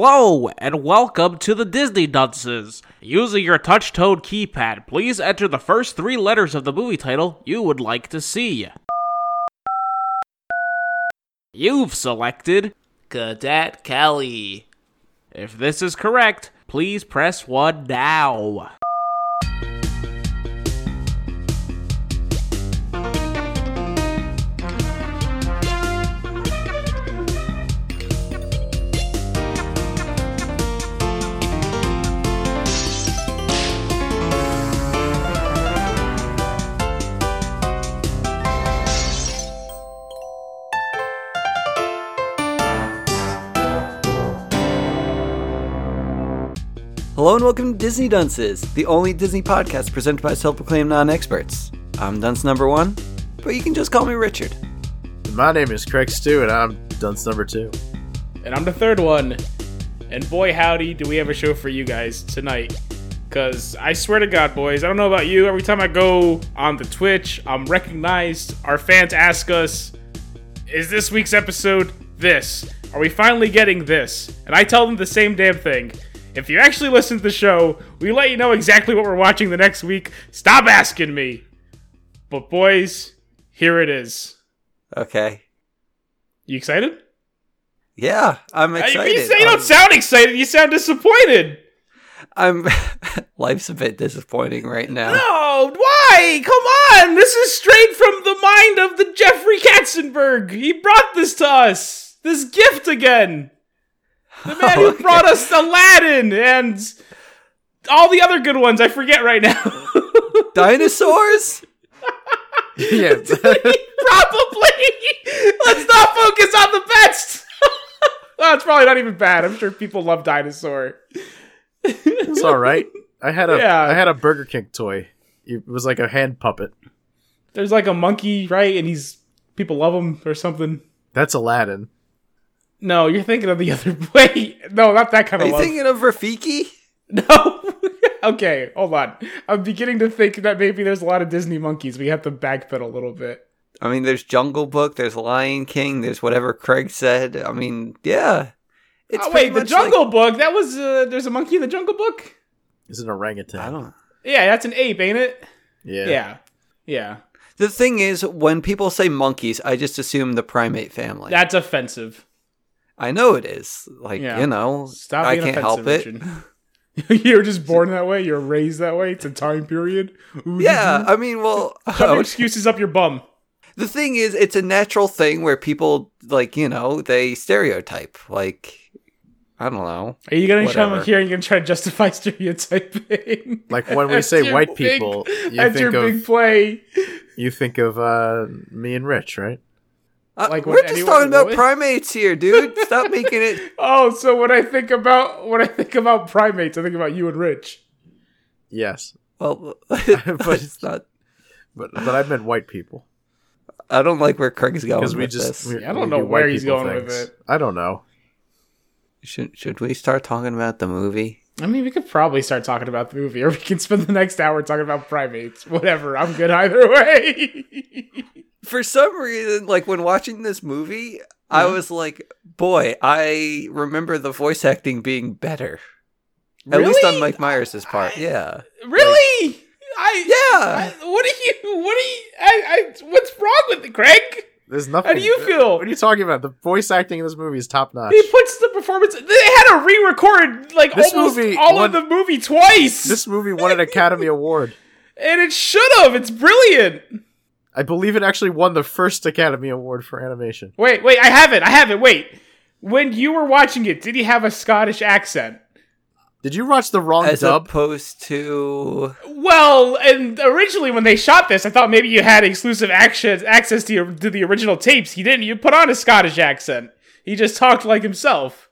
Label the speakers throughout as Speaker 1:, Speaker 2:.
Speaker 1: Hello, and welcome to the Disney Dunces. Using your touch tone keypad, please enter the first three letters of the movie title you would like to see. You've selected Cadet Kelly. If this is correct, please press 1 now.
Speaker 2: Hello and welcome to Disney Dunces, the only Disney podcast presented by self proclaimed non experts. I'm dunce number one, but you can just call me Richard.
Speaker 3: My name is Craig Stew, and I'm dunce number two.
Speaker 4: And I'm the third one. And boy, howdy, do we have a show for you guys tonight. Because I swear to God, boys, I don't know about you. Every time I go on the Twitch, I'm recognized. Our fans ask us, Is this week's episode this? Are we finally getting this? And I tell them the same damn thing. If you actually listen to the show, we let you know exactly what we're watching the next week. Stop asking me. But, boys, here it is.
Speaker 2: Okay.
Speaker 4: You excited?
Speaker 2: Yeah, I'm
Speaker 4: You, you
Speaker 2: excited. Um,
Speaker 4: say- you don't sound excited. You sound disappointed.
Speaker 2: I'm, I'm- life's a bit disappointing right now.
Speaker 4: No, why? Come on! This is straight from the mind of the Jeffrey Katzenberg. He brought this to us. This gift again. The man who
Speaker 2: Okay.
Speaker 4: brought us Aladdin and all the other good ones I forget right now.
Speaker 2: Dinosaurs?
Speaker 3: yeah,
Speaker 4: probably. Let's not focus on the best. well, it's probably not even bad. I'm sure people love dinosaur.
Speaker 3: it's all right. I had a I
Speaker 4: Yeah.
Speaker 3: had a Burger King toy. It was like a hand puppet.
Speaker 4: There's like a monkey, right? And he's people love him or something.
Speaker 3: That's Aladdin.
Speaker 4: No, you're thinking of the other way. No, not that kind
Speaker 2: Are
Speaker 4: of
Speaker 2: you
Speaker 4: love.
Speaker 2: thinking of Rafiki?
Speaker 4: no. okay, hold on. I'm beginning to think that maybe there's a lot of Disney monkeys. We have to backpedal a little bit.
Speaker 2: I mean, there's Jungle Book, there's Lion King, there's whatever Craig said. I mean, yeah. It's
Speaker 4: oh,
Speaker 2: pretty
Speaker 4: wait, the
Speaker 2: much like-
Speaker 4: Jungle Book. That was uh, there's a monkey in the Jungle Book.
Speaker 3: Is an orangutan.
Speaker 2: I don't
Speaker 4: Yeah, that's an ape, ain't it?
Speaker 3: yeah.
Speaker 4: Yeah, yeah.
Speaker 2: The thing is, when people say monkeys, I just assume the primate family.
Speaker 4: That's offensive.
Speaker 2: I know it is. Like,
Speaker 4: Yeah.
Speaker 2: you know,
Speaker 4: Stop
Speaker 2: I
Speaker 4: being
Speaker 2: can't help
Speaker 4: offensive,
Speaker 2: it.
Speaker 4: Richard. you were just born that way. You're raised that way. It's a time period. Ooh,
Speaker 2: Yeah, Oh. I mean, well,
Speaker 4: Shove your excuses up your bum.
Speaker 2: the thing is, it's a natural thing where people, like, you know, they stereotype. Like, I don't know.
Speaker 4: Are you gonna come
Speaker 2: Whatever.
Speaker 4: here and you're gonna try to justify stereotyping?
Speaker 3: Like when we
Speaker 4: That's
Speaker 3: say
Speaker 4: your
Speaker 3: white
Speaker 4: big-
Speaker 3: people, you
Speaker 4: That's your
Speaker 3: think of
Speaker 4: big play.
Speaker 3: you think of uh, me and Rich, right?
Speaker 2: Uh,
Speaker 4: Like when
Speaker 2: we're just
Speaker 4: anyone-
Speaker 2: talking about
Speaker 4: what?
Speaker 2: primates here, dude. Stop making it.
Speaker 4: Oh, so when I think about when I think about primates, I think about you and Rich.
Speaker 3: Yes,
Speaker 2: Well,
Speaker 3: But-
Speaker 2: it's not.
Speaker 3: but but I meant white people
Speaker 2: I don't like where Craig's going
Speaker 3: because
Speaker 2: with
Speaker 3: we
Speaker 2: this.
Speaker 3: just we,
Speaker 4: Yeah, I
Speaker 3: we
Speaker 4: don't know
Speaker 3: do
Speaker 4: where
Speaker 3: white
Speaker 4: he's
Speaker 3: people
Speaker 4: going with it.
Speaker 3: I don't know.
Speaker 2: Should should we start talking about the movie?
Speaker 4: I mean, we could probably start talking about the movie, or we can spend the next hour talking about primates. Whatever, I'm good either way.
Speaker 2: For some reason, like when watching this movie, I was like, boy, I remember the voice acting being better. At least on
Speaker 4: Really?
Speaker 2: Mike Myers' part.
Speaker 4: I-
Speaker 2: yeah.
Speaker 4: really? I
Speaker 2: Yeah.
Speaker 4: I- what are you? What are you? I, I, what's wrong with it, Craig?
Speaker 3: There's nothing.
Speaker 4: How do you feel?
Speaker 3: What are you talking about? The voice acting in this movie is top notch.
Speaker 4: He puts the performance. They had to re-record like
Speaker 3: This
Speaker 4: almost
Speaker 3: movie
Speaker 4: all
Speaker 3: won-
Speaker 4: of the movie twice,
Speaker 3: This movie won an Academy Award.
Speaker 4: and it should have. It's brilliant.
Speaker 3: I believe it actually won the first Academy Award for animation.
Speaker 4: Wait, wait, I have it. I have it. Wait. When you were watching it, did he have a Scottish accent?
Speaker 3: Did you watch the wrong
Speaker 2: As
Speaker 3: dub?
Speaker 2: opposed to
Speaker 4: Well, and originally when they shot this, I thought maybe you had exclusive access access to, to the original tapes. He didn't. You put on a Scottish accent. He just talked like himself.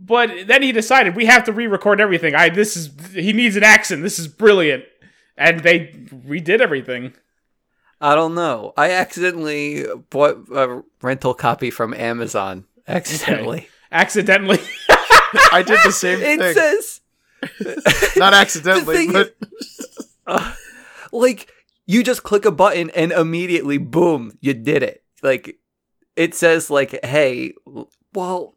Speaker 4: But then he decided we have to re-record everything. I this is he needs an accent. This is brilliant, and they redid everything.
Speaker 2: I don't know. I accidentally bought a rental copy from Amazon. Accidentally.
Speaker 4: Accidentally,
Speaker 3: I did the same
Speaker 2: It
Speaker 3: thing.
Speaker 2: says
Speaker 3: Not
Speaker 2: The
Speaker 3: accidentally,
Speaker 2: thing
Speaker 3: but
Speaker 2: like you just click a button and immediately boom, you did it. Like it says like hey, well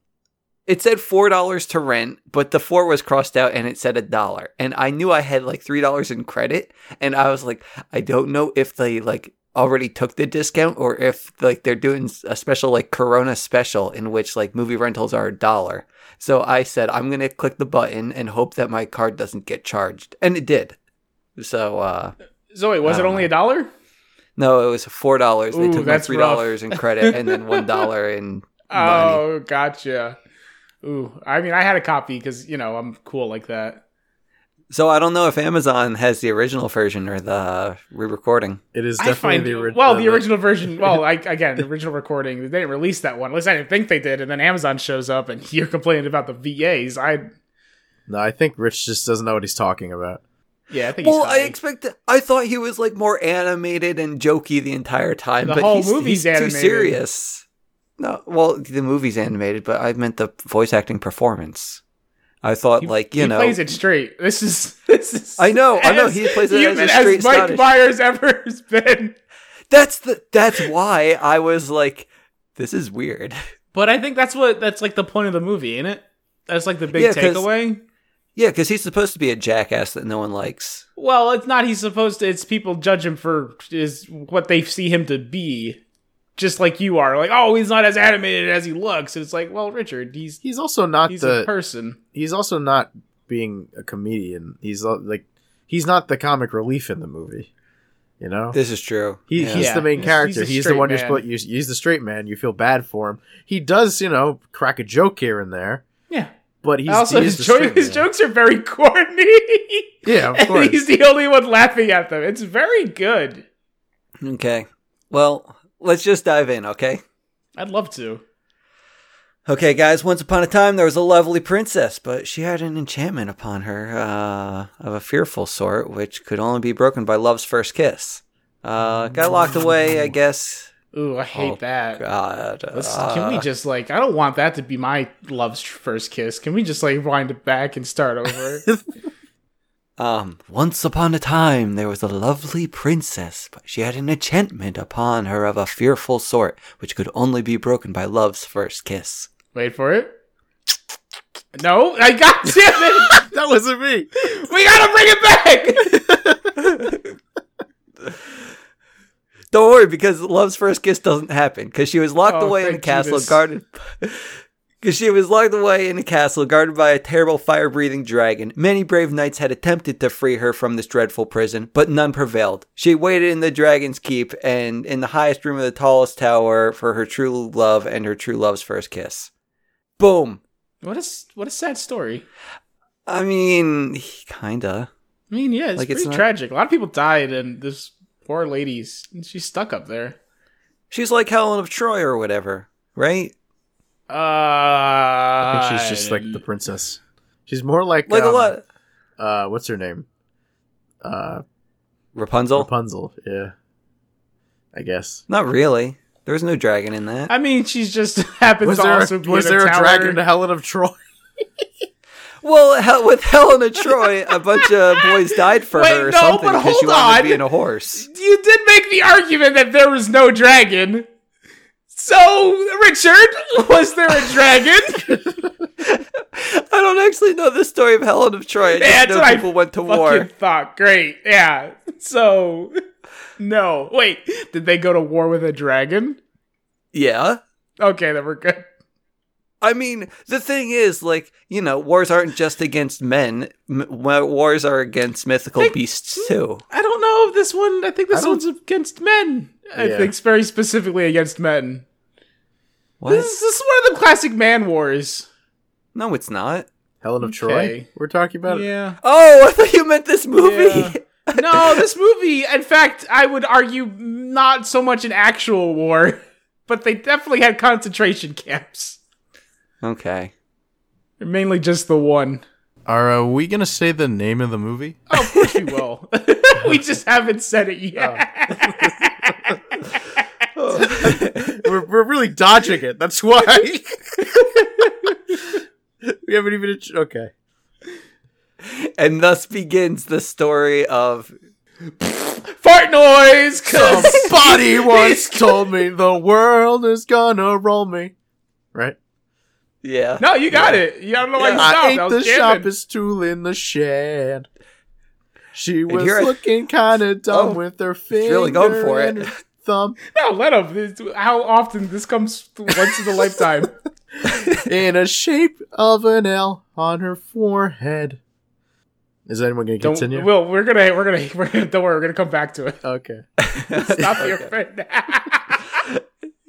Speaker 2: It said four dollars to rent, but the four was crossed out and it said a dollar. And I knew I had like three dollars in credit, and I was like, I don't know if they like already took the discount or if like they're doing a special like Corona special in which like movie rentals are a dollar. So I said I'm gonna click the button and hope that my card doesn't get charged, and it did. So uh
Speaker 4: Zoe, was
Speaker 2: I
Speaker 4: it
Speaker 2: don't
Speaker 4: only
Speaker 2: know.
Speaker 4: a dollar?
Speaker 2: no, it was four dollars. They
Speaker 4: Ooh,
Speaker 2: took my
Speaker 4: that's
Speaker 2: three
Speaker 4: rough.
Speaker 2: dollars in credit and then one dollar in. money.
Speaker 4: Oh, gotcha. Ooh, I mean, I had a copy because you know I'm cool like that.
Speaker 2: So I don't know if Amazon has the original version or the re-recording.
Speaker 3: It is
Speaker 4: I
Speaker 3: definitely
Speaker 4: find
Speaker 3: the original.
Speaker 4: well, the original version. Well, I, again, the original recording. They didn't release that one. At least I didn't think they did. And then Amazon shows up, and you're complaining about the VAs. I
Speaker 3: No, I think Rich just doesn't know what he's talking about.
Speaker 4: yeah, I think.
Speaker 2: Well,
Speaker 4: he's
Speaker 2: I
Speaker 4: fine.
Speaker 2: expect. I thought he was like more animated and jokey the entire time.
Speaker 4: The
Speaker 2: but
Speaker 4: whole
Speaker 2: he's,
Speaker 4: movie's
Speaker 2: he's
Speaker 4: animated.
Speaker 2: Too serious. No, well, the movie's animated, but I meant the voice acting performance. I thought,
Speaker 4: He-
Speaker 2: like you
Speaker 4: he
Speaker 2: know,
Speaker 4: plays it straight. This is this is.
Speaker 2: I know, I know,
Speaker 4: as
Speaker 2: he plays it as
Speaker 4: human
Speaker 2: a straight
Speaker 4: Mike
Speaker 2: Scottish.
Speaker 4: Myers ever has been.
Speaker 2: that's the that's why I was like, this is weird.
Speaker 4: But I think that's what that's like the point of the movie, isn't it? That's like the big
Speaker 2: Yeah, 'cause-
Speaker 4: takeaway.
Speaker 2: Yeah, because he's supposed to be a jackass that no one likes.
Speaker 4: Well, it's not he's supposed to. It's people judge him for is what they see him to be, just like you are. Like, oh, he's not as animated as he looks. And it's like, well, Richard, he's
Speaker 3: He's also not
Speaker 4: he's
Speaker 3: the
Speaker 4: a person.
Speaker 3: he's also not being a comedian. He's uh, like he's not the comic relief in the movie. You know,
Speaker 2: This is true.
Speaker 3: he,
Speaker 2: Yeah.
Speaker 3: he's the main
Speaker 4: He's-
Speaker 3: character.
Speaker 4: he's
Speaker 3: He's,
Speaker 4: a
Speaker 3: the
Speaker 4: straight
Speaker 3: one you're
Speaker 4: man.
Speaker 3: split. You, he's the straight man. You feel bad for him. He does, you know, crack a joke here and there,
Speaker 4: Yeah.
Speaker 3: but he's
Speaker 4: also,
Speaker 3: he's
Speaker 4: his,
Speaker 3: the
Speaker 4: jo-
Speaker 3: straight
Speaker 4: his
Speaker 3: man.
Speaker 4: jokes are very corny.
Speaker 3: Yeah, of
Speaker 4: And
Speaker 3: course.
Speaker 4: he's the only one laughing at them. It's very good.
Speaker 2: Okay. Well, let's just dive in. Okay.
Speaker 4: I'd love to.
Speaker 2: Okay, guys, once upon a time there was a lovely princess, but she had an enchantment upon her uh, of a fearful sort, which could only be broken by love's first kiss. Uh, got locked away, I guess.
Speaker 4: Ooh, I hate
Speaker 2: Oh,
Speaker 4: that.
Speaker 2: God.
Speaker 4: Let's,
Speaker 2: uh,
Speaker 3: Ah.
Speaker 4: can we just like? I don't want that to be my love's first kiss. Can we just like wind it back and start over?
Speaker 2: Um, once upon a time there was a lovely princess, but she had an enchantment upon her of a fearful sort, which could only be broken by love's first kiss.
Speaker 4: Wait for it. No, I got it.
Speaker 3: that wasn't me.
Speaker 4: we gotta bring it back.
Speaker 2: Don't worry, because love's first kiss doesn't happen. Because she was locked
Speaker 4: Oh,
Speaker 2: away in a
Speaker 4: thank
Speaker 2: castle
Speaker 4: Judas.
Speaker 2: guarded. Because she was locked away in a castle guarded by a terrible fire-breathing dragon. Many brave knights had attempted to free her from this dreadful prison, but none prevailed. She waited in the dragon's keep and in the highest room of the tallest tower for her true love and her true love's first kiss. Boom.
Speaker 4: What is what a sad story.
Speaker 2: I mean, kinda.
Speaker 4: I mean, yeah, it's
Speaker 2: Like, it's
Speaker 4: pretty
Speaker 2: not-
Speaker 4: tragic. A lot of people died, and this poor lady's she's stuck up there.
Speaker 2: She's like Helen of Troy or whatever, right?
Speaker 4: Uh,
Speaker 3: I think she's just like the princess. She's more like
Speaker 2: Like
Speaker 3: um,
Speaker 2: a lot.
Speaker 3: Uh, what's her name? Uh,
Speaker 2: Rapunzel?
Speaker 3: Rapunzel. Yeah, I guess.
Speaker 2: Not really. There was no dragon in that.
Speaker 4: I mean, she's just happens
Speaker 3: Was
Speaker 4: to
Speaker 3: there,
Speaker 4: also be
Speaker 3: was
Speaker 4: in a,
Speaker 3: there a
Speaker 4: tower.
Speaker 3: dragon to Helen of Troy?
Speaker 2: Well, hell, with Helena Troy, a bunch of boys died for
Speaker 4: Wait,
Speaker 2: her or
Speaker 4: no,
Speaker 2: something
Speaker 4: but
Speaker 2: because she
Speaker 4: hold
Speaker 2: wanted to
Speaker 4: on.
Speaker 2: be in a horse.
Speaker 4: You did make the argument that there was no dragon. So, Richard, was there a dragon?
Speaker 2: I don't actually know the story of Helen of Troy. I just
Speaker 4: Yeah, that's
Speaker 2: know
Speaker 4: what I
Speaker 2: people went to war.
Speaker 4: Fucking thought. Great. Yeah. So, no. Wait, did they go to war with a dragon?
Speaker 2: Yeah.
Speaker 4: Okay, then we're good.
Speaker 2: I mean, the thing is, like, you know, wars aren't just against men. M- wa- wars are against mythical
Speaker 4: Think-
Speaker 2: beasts, too.
Speaker 4: I don't know if this one. I think
Speaker 3: I
Speaker 4: this
Speaker 3: don't-
Speaker 4: one's against men. I
Speaker 3: Yeah.
Speaker 4: think it's very specifically against men.
Speaker 2: What?
Speaker 4: This is, this is one of the classic man wars.
Speaker 2: No, it's not.
Speaker 3: Helen of Troy.
Speaker 4: Okay.
Speaker 3: We're talking about it.
Speaker 4: Yeah.
Speaker 2: Oh, I thought you meant this movie.
Speaker 4: Yeah. No, this movie. In fact, I would argue not so much an actual war, but they definitely had concentration camps.
Speaker 2: Okay.
Speaker 4: Mainly just the one.
Speaker 3: Are uh, we gonna say the name of the movie?
Speaker 4: Oh, of course we will. we just haven't said it yet.
Speaker 3: Oh. we're, we're really dodging it. That's why. we haven't even. Okay.
Speaker 2: And thus begins the story of.
Speaker 4: Fart noise. 'cause-
Speaker 3: Somebody once told me the world is gonna roll me. Right.
Speaker 2: Yeah.
Speaker 4: No, you got it. Yeah, I don't know why you
Speaker 2: Yeah.
Speaker 4: stopped.
Speaker 3: I
Speaker 4: I,
Speaker 3: ate the
Speaker 4: was jamming.
Speaker 3: sharpest tool in the shed. She was
Speaker 2: here I-
Speaker 3: looking kind of dumb
Speaker 2: Oh,
Speaker 3: with her
Speaker 2: he's
Speaker 3: finger
Speaker 2: really going for
Speaker 3: and
Speaker 2: it.
Speaker 3: her thumb
Speaker 4: No, let him. It's- How often this comes once in a lifetime?
Speaker 3: in a shape of an L on her forehead. Is anyone going to
Speaker 4: Don't.
Speaker 3: continue?
Speaker 4: Will, we're gonna, we're gonna, we're gonna. Don't worry, we're gonna come back to it.
Speaker 3: okay.
Speaker 4: Stop your friend.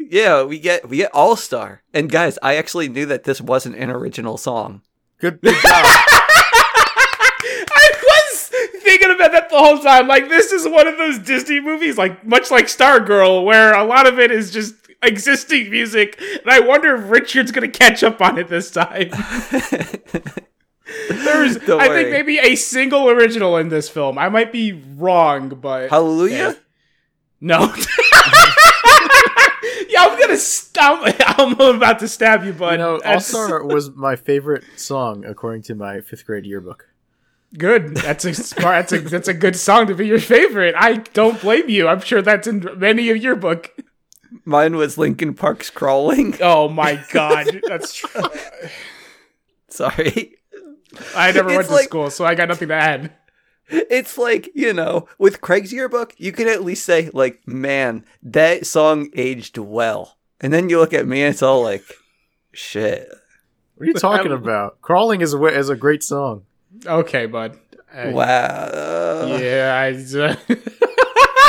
Speaker 2: Yeah, we get we get All Star. And guys, I actually knew that this wasn't an original song.
Speaker 3: Good, good job.
Speaker 4: I was thinking about that the whole time. Like, this is one of those Disney movies, like much like Stargirl, where a lot of it is just existing music. And I wonder if Richard's gonna catch up on it this time. There's,
Speaker 2: Don't
Speaker 4: I
Speaker 2: worry.
Speaker 4: think maybe a single original in this film. I might be wrong, but
Speaker 2: Hallelujah.
Speaker 4: no. yeah, I'm gonna stomp. I'm about to stab you, bud.
Speaker 3: You know, All
Speaker 4: That's
Speaker 3: Star was my favorite song according to my fifth grade yearbook.
Speaker 4: Good. That's a smart. That's a that's a good song to be your favorite. I don't blame you. I'm sure that's in many of your book.
Speaker 2: Mine was Linkin Park's crawling.
Speaker 4: Oh my god, that's. Tr-
Speaker 2: Sorry.
Speaker 4: I never went
Speaker 2: It's
Speaker 4: to
Speaker 2: like-
Speaker 4: school, so I got nothing to add.
Speaker 2: It's like, you know, with Craig's yearbook, you can at least say, like, man, that song aged well. And then you look at me and it's all like, shit.
Speaker 3: What are you talking about? Crawling is a, wa- is a great song.
Speaker 4: Okay, bud. I-
Speaker 2: Wow.
Speaker 4: Yeah, I.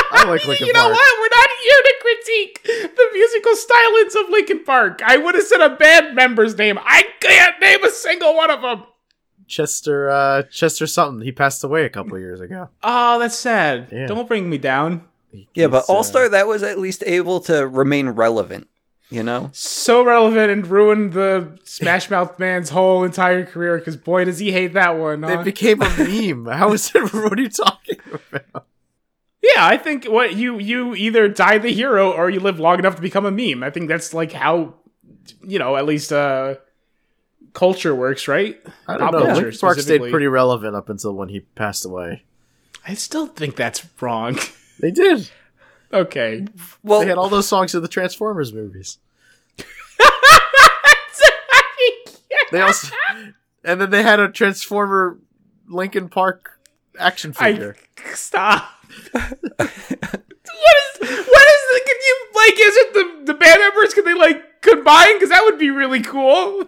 Speaker 3: I like Linkin
Speaker 4: you know
Speaker 3: Park.
Speaker 4: what? We're not here to critique the musical stylings of Linkin Park. I would have said a band member's name. I can't name a single one of them.
Speaker 3: Chester, uh, Chester something. He passed away a couple of years ago.
Speaker 4: Oh, that's sad.
Speaker 3: Yeah.
Speaker 4: Don't bring me down.
Speaker 2: Yeah, but
Speaker 3: He's, uh,
Speaker 2: All Star, that was at least able to remain relevant, you know?
Speaker 4: so relevant and ruined the Smash Mouth Man's whole entire career because boy does he hate that one.
Speaker 3: It
Speaker 4: huh?
Speaker 3: became a meme. How is it? What are you talking about?
Speaker 4: yeah, I think what you you either die the hero or you live long enough to become a meme. I think that's like how you know at least uh culture works, right?
Speaker 3: I don't
Speaker 4: Pop
Speaker 3: know.
Speaker 4: culture,
Speaker 3: Linkin Park stayed
Speaker 4: specifically.
Speaker 3: pretty relevant up until when he passed away.
Speaker 4: I still think that's wrong.
Speaker 3: They did.
Speaker 4: okay,
Speaker 2: Well,
Speaker 3: They had all those songs in the Transformers movies. They also, and then they had a Transformer Linkin Park action
Speaker 4: I
Speaker 3: figure.
Speaker 4: stop. what is what is the, can you like? Is it the the band members? Can they like combine? Because that would be really cool.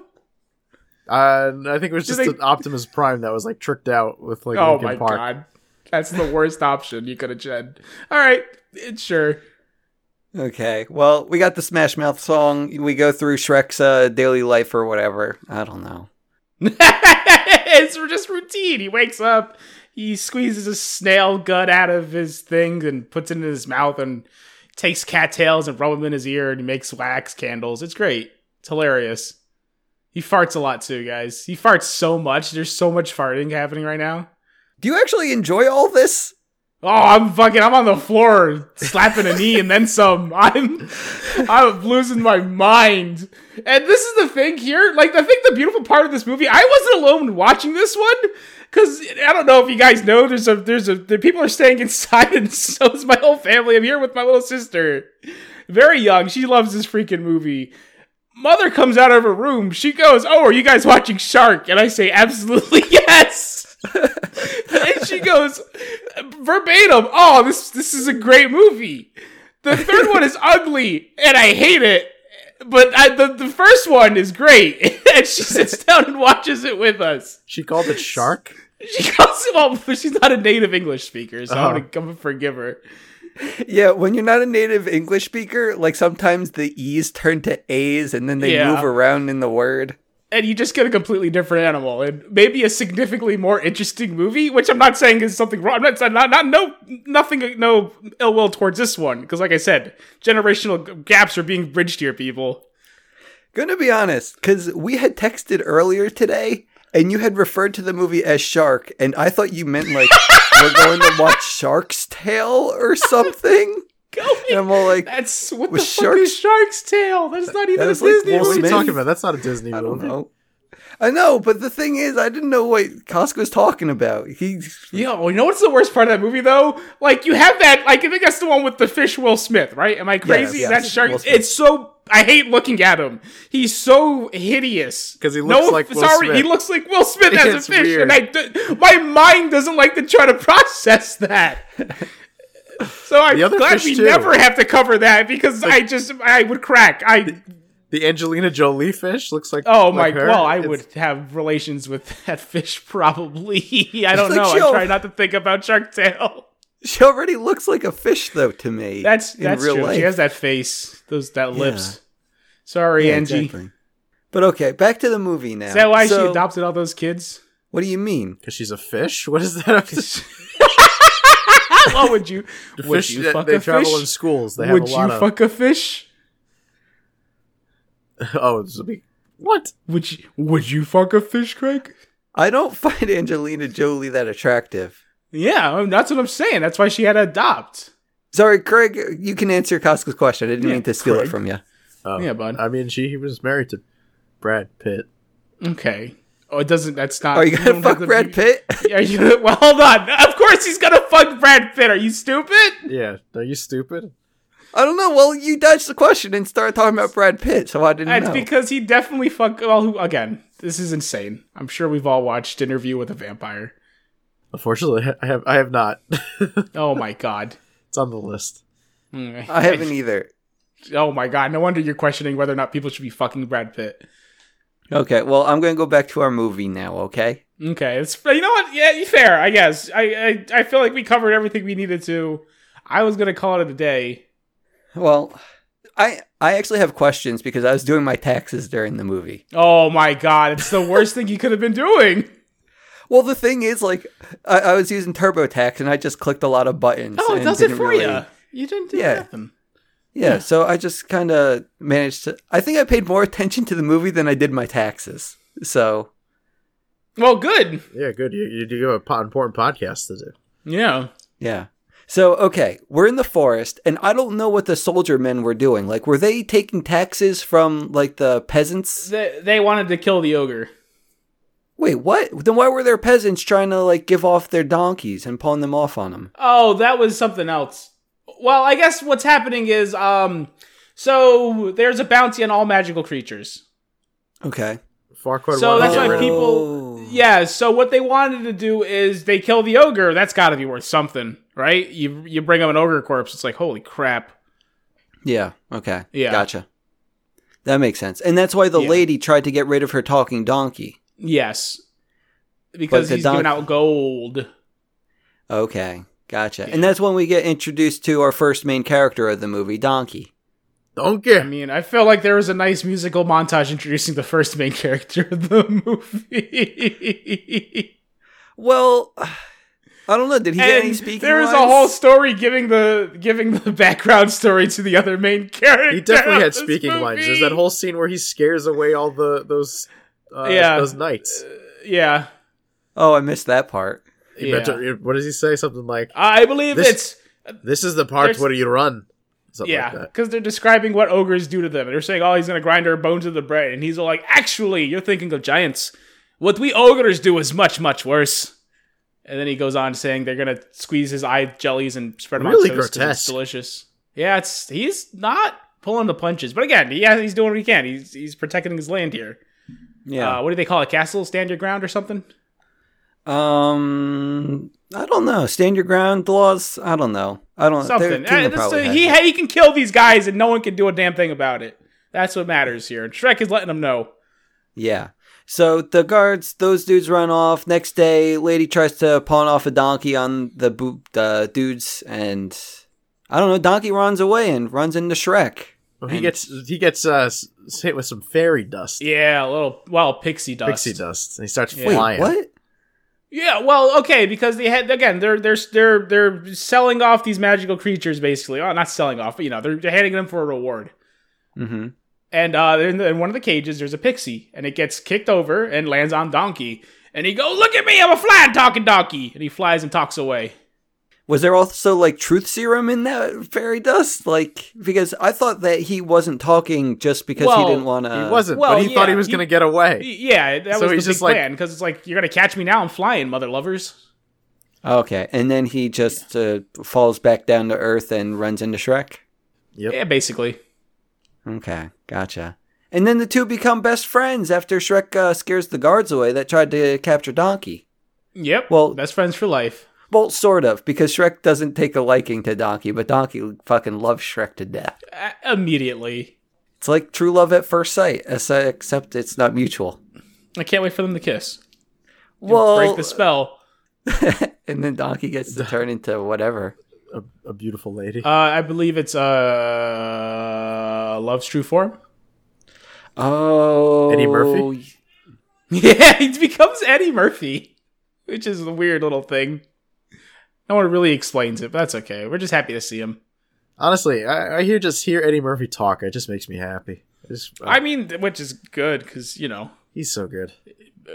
Speaker 3: Uh, and I think it was
Speaker 4: Do
Speaker 3: just
Speaker 4: they-
Speaker 3: an Optimus Prime that was like tricked out with like
Speaker 4: oh
Speaker 3: Linkin
Speaker 4: my
Speaker 3: Park.
Speaker 4: god that's the worst option you could have said all right it's sure
Speaker 2: okay. Well, we got the Smash Mouth song. We go through Shrek's uh, daily life or whatever. I don't know.
Speaker 4: it's just routine he wakes up he squeezes a snail gut out of his thing and puts it in his mouth and takes cattails and rub them in his ear and he makes wax candles it's great it's hilarious he farts a lot too guys he farts so much there's so much farting happening right now
Speaker 2: Do you actually enjoy all this?
Speaker 4: Oh, I'm fucking. I'm on the floor slapping a knee and then some. I'm, I'm losing my mind. And this is the thing here. Like, I think the beautiful part of this movie. I wasn't alone watching this one because I don't know if you guys know. There's a there's a the people are staying inside, and so is my whole family. I'm here with my little sister, very young. She loves this freaking movie. Mother comes out of her room. She goes, "Oh, are you guys watching Shark?" And I say, "Absolutely yes." and she goes verbatim, "Oh, this this is a great movie." The third one is ugly, and I hate it. But I, the the first one is great, and she sits down and watches it with us.
Speaker 3: She called it Shark.
Speaker 4: She calls it well. She's not a native English speaker, so I'm, gonna, I'm gonna forgive her.
Speaker 2: Yeah, when you're not a native English speaker, like sometimes the E's turn to A's and then they
Speaker 4: Yeah.
Speaker 2: move around in the word.
Speaker 4: and you just get a completely different animal and maybe a significantly more interesting movie which i'm not saying is something wrong i'm not saying not, not no nothing no ill will towards this one because like i said generational g- gaps are being bridged here people
Speaker 2: Gonna be honest, because we had texted earlier today and you had referred to the movie as Shark, and I thought you meant like we're going to watch Shark's Tale or something. And I'm all like,
Speaker 4: that's what
Speaker 2: With
Speaker 4: the fuck is shark's tail that's not even a
Speaker 2: was like
Speaker 4: disney
Speaker 2: Will
Speaker 3: What are
Speaker 4: movie
Speaker 3: you
Speaker 2: Smith?
Speaker 3: talking about? That's not a Disney
Speaker 2: I don't
Speaker 3: movie.
Speaker 2: know. Oh. I know, but the thing is, I didn't know what Costco was talking about. He,
Speaker 4: Yo, you know what's the worst part of that movie though? Like you have that like I think that's the one with the fish Will Smith, right? Am I crazy?
Speaker 2: yes.
Speaker 4: That shark
Speaker 2: Will Smith.
Speaker 4: it's so I hate looking at him. He's so hideous
Speaker 3: 'Cause he looks like Will
Speaker 4: sorry, he
Speaker 3: Smith.
Speaker 4: looks like Will Smith as a
Speaker 3: It's
Speaker 4: fish,
Speaker 3: weird.
Speaker 4: and I d- my mind doesn't like to try to process that. So I'm
Speaker 3: The other
Speaker 4: glad
Speaker 3: fish,
Speaker 4: we
Speaker 3: too.
Speaker 4: never have to cover that because I just I would crack. I
Speaker 3: The Angelina Jolie fish looks like
Speaker 4: oh
Speaker 3: like
Speaker 4: my
Speaker 3: her.
Speaker 4: well I
Speaker 3: It's-
Speaker 4: would have relations with that fish probably. I don't
Speaker 2: like,
Speaker 4: know.
Speaker 2: yo.
Speaker 4: I try not to think about Shark Tale.
Speaker 2: she already looks like a fish, though, to me.
Speaker 4: That's
Speaker 2: in
Speaker 4: that's
Speaker 2: real
Speaker 4: true. She
Speaker 2: life.
Speaker 4: has that face, those that lips. Sorry,
Speaker 2: Yeah,
Speaker 4: Angie.
Speaker 2: exactly. But okay, back to the movie now.
Speaker 4: Is that why she
Speaker 2: So,
Speaker 4: adopted all those kids?
Speaker 2: What do you mean?
Speaker 3: Because she's a fish? What is that? The
Speaker 4: Why would you? would
Speaker 3: fish,
Speaker 4: you
Speaker 3: that-
Speaker 4: fuck
Speaker 3: they
Speaker 4: a
Speaker 3: travel in
Speaker 4: fish?
Speaker 3: schools. They
Speaker 4: Would
Speaker 3: have a
Speaker 4: you
Speaker 3: lot of.
Speaker 4: fuck a fish?
Speaker 3: oh, it's a big. What?
Speaker 4: Would you? Would you fuck a fish, Craig?
Speaker 2: I don't find Angelina Jolie that attractive.
Speaker 4: Yeah, I mean, that's what I'm saying. That's why she had to adopt.
Speaker 2: Sorry, Craig, you can answer Costco's question. I didn't
Speaker 4: Yeah,
Speaker 2: mean to steal
Speaker 4: Craig.
Speaker 2: it from you.
Speaker 3: Oh,
Speaker 4: Yeah, bud.
Speaker 3: I mean, she he was married to Brad Pitt.
Speaker 4: Okay. Oh, it doesn't. That's not.
Speaker 2: Are you
Speaker 4: you
Speaker 2: gonna
Speaker 4: don't have
Speaker 2: fuck Brad Pitt?
Speaker 4: Are you? Well, hold on. Of course he's gonna fuck Brad Pitt. Are you stupid?
Speaker 3: Yeah, are you stupid?
Speaker 2: I don't know. Well, you dodged the question and started talking about Brad Pitt, so I didn't
Speaker 4: That's
Speaker 2: know.
Speaker 4: because he definitely fuck. Well, who, again, this is insane. I'm sure we've all watched Interview with a Vampire.
Speaker 3: Unfortunately, I have I have not. it's
Speaker 4: Oh my god.
Speaker 3: on the list.
Speaker 4: Mm.
Speaker 2: I haven't e- either.
Speaker 4: Oh my god! No wonder you're questioning whether or not people should be fucking Brad Pitt.
Speaker 2: Okay, well, I'm going to go back to our movie now, okay?
Speaker 4: Okay, it's you know what? Yeah, fair. I guess I, I I feel like we covered everything we needed to. I was gonna call it a day.
Speaker 2: Well, I I actually have questions because I was doing my taxes during the movie.
Speaker 4: Oh my god! It's the worst thing you could have been doing.
Speaker 2: Well, the thing is, like, I, I was using TurboTax and I just clicked a lot of buttons.
Speaker 4: Oh, it
Speaker 2: and
Speaker 4: does it
Speaker 2: didn't
Speaker 4: for
Speaker 2: really-
Speaker 4: you. You didn't do
Speaker 2: Yeah.
Speaker 4: nothing.
Speaker 2: Yeah, so I just kind of managed to. I think I paid more attention to the movie than I did my taxes. So
Speaker 4: Well, good.
Speaker 3: Yeah, good. You you do have an important podcast to do.
Speaker 4: Yeah.
Speaker 2: yeah. So okay, we're in the forest, and I don't know what the soldier men were doing. Like, were they taking taxes from like the peasants?
Speaker 4: They, they wanted to kill the ogre.
Speaker 2: Wait, what? Then why were there peasants trying to like give off their donkeys and pawn them off on them?
Speaker 4: Oh, that was something else. Well, I guess what's happening is um, so there's a bounty on all magical creatures.
Speaker 2: Okay.
Speaker 3: Farquaad
Speaker 4: So
Speaker 3: wanted to
Speaker 4: that's
Speaker 3: get
Speaker 4: why
Speaker 3: rid of- Oh.
Speaker 4: people- Yeah, so what they wanted to do is they kill the ogre. That's got to be worth something, right? You you bring up an ogre corpse, it's like holy crap.
Speaker 2: Yeah. Okay.
Speaker 4: Yeah.
Speaker 2: Gotcha. That makes sense, and that's why the
Speaker 4: Yeah.
Speaker 2: lady tried to get rid of her talking donkey.
Speaker 4: Yes, because
Speaker 2: But the
Speaker 4: he's giving
Speaker 2: doc-
Speaker 4: out gold.
Speaker 2: Okay. Gotcha. And that's when we get introduced to our first main character of the movie, Donkey.
Speaker 3: Don't
Speaker 4: I
Speaker 3: get.
Speaker 4: mean, I feel like there was a nice musical montage introducing the first main character of the movie.
Speaker 2: Well, I don't know. Did he get any speaking?
Speaker 4: and there is a
Speaker 2: lines?
Speaker 4: whole story giving the giving the background story to the other main character.
Speaker 3: He definitely
Speaker 4: of
Speaker 3: had
Speaker 4: this
Speaker 3: speaking lines. There's
Speaker 4: movie.
Speaker 3: that whole scene where he scares away all the those uh,
Speaker 4: Yeah.
Speaker 3: those knights.
Speaker 4: yeah.
Speaker 2: Oh, I missed that part.
Speaker 3: He
Speaker 4: Uh, yeah.
Speaker 3: better- what does he say? Something like,
Speaker 4: I believe
Speaker 3: This-
Speaker 4: it's
Speaker 3: "This is the part
Speaker 4: There's-
Speaker 3: where you run." Something
Speaker 4: Yeah,
Speaker 3: like that.
Speaker 4: because they're describing what ogres do to them. They're saying, "Oh, he's gonna grind our bones to the bread," and he's all like, "Actually, you're thinking of giants. What we ogres do is much, much worse." And then he goes on saying they're gonna squeeze his eye jellies and spread them
Speaker 3: Really
Speaker 4: on toast 'cause It's
Speaker 3: grotesque.
Speaker 4: delicious. Yeah, it's he's not pulling the punches, but again, yeah, he's doing what he can. He's he's protecting his land here.
Speaker 2: Yeah.
Speaker 4: Uh, what do they call it? Castle, stand your ground, or something?
Speaker 2: um, I don't know. Stand your ground laws. I don't know. I don't. their
Speaker 4: Something.
Speaker 2: kingdom
Speaker 4: Uh, this-
Speaker 2: probably
Speaker 4: uh,
Speaker 2: had
Speaker 4: he
Speaker 2: it.
Speaker 4: he can kill these guys, and no one can do a damn thing about it. That's what matters here. And Shrek is letting him know.
Speaker 2: yeah. So the guards, those dudes run off. Next day, lady tries to pawn off a donkey on the boot, uh, dudes, and I don't know. Donkey runs away and runs into Shrek.
Speaker 3: Well, he
Speaker 2: And-
Speaker 3: gets he gets uh, s- hit with some fairy dust,
Speaker 4: Yeah, a little well, pixie dust.
Speaker 3: pixie dust, and he starts
Speaker 4: Yeah.
Speaker 2: Wait,
Speaker 3: flying.
Speaker 2: what?
Speaker 4: Yeah, well, okay, because they had again, they're they're they're they're selling off these magical creatures basically. Well, not selling off, but you know, they're, they're handing them for a reward.
Speaker 2: Mm-hmm.
Speaker 4: And uh, in, the, in one of the cages, there's a pixie, and it gets kicked over and lands on Donkey. And he goes, "Look at me, I'm a flying talking donkey!" And he flies and talks away.
Speaker 2: Was there also like truth serum in that fairy dust? Like because I thought that he wasn't talking just because he
Speaker 4: Well,
Speaker 2: didn't want to.
Speaker 3: he wasn't,
Speaker 4: Uh, well,
Speaker 3: but he thought
Speaker 4: yeah,
Speaker 3: he was
Speaker 4: he-
Speaker 3: going to get away.
Speaker 4: Yeah, that
Speaker 3: So
Speaker 4: was
Speaker 3: he's
Speaker 4: the big
Speaker 3: just like-
Speaker 4: plan because it's like you're gonna catch me now. I'm flying, mother lovers.
Speaker 2: Okay, and then he just uh, falls back down to earth and runs into Shrek.
Speaker 3: Yep.
Speaker 4: Yeah, basically.
Speaker 2: Okay, gotcha. And then the two become best friends after Shrek uh, scares the guards away that tried to capture Donkey.
Speaker 4: Yep.
Speaker 2: Well-
Speaker 4: best friends for life.
Speaker 2: Well, sort of, because Shrek doesn't take a liking to Donkey, but Donkey fucking loves Shrek to death.
Speaker 4: Uh, immediately.
Speaker 2: It's like true love at first sight, es- except it's not mutual.
Speaker 4: I can't wait for them to kiss.
Speaker 2: Well,
Speaker 4: Break the spell.
Speaker 2: and then Donkey gets to turn into whatever.
Speaker 3: A, a beautiful lady.
Speaker 4: Uh, I believe it's uh, love's true form.
Speaker 2: Oh,
Speaker 3: Eddie Murphy?
Speaker 4: Yeah, he becomes Eddie Murphy, which is a weird little thing. No one really explains it, but that's okay. We're just happy to see him.
Speaker 3: Honestly, I, I hear just hear Eddie Murphy talk. It just makes me happy. I just, uh,
Speaker 4: I mean, which is good because you know,
Speaker 3: he's so good.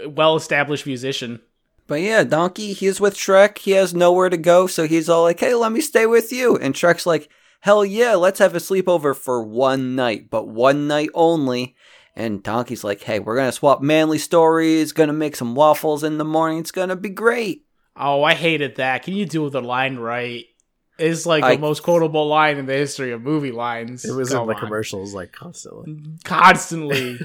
Speaker 4: well-established musician.
Speaker 2: But yeah, Donkey, he's with Shrek. He has nowhere to go, so he's all like, hey, let me stay with you. And Shrek's like, hell yeah, let's have a sleepover for one night, but one night only. And Donkey's like, hey, we're going to swap manly stories, going to make some waffles in the morning. It's going to be great.
Speaker 4: Oh, I hated that. Can you do the line right? It's like
Speaker 2: I-
Speaker 4: the most quotable line in the history of movie lines.
Speaker 3: It was
Speaker 4: Come
Speaker 3: in the
Speaker 4: on.
Speaker 3: commercials like constantly.
Speaker 4: constantly.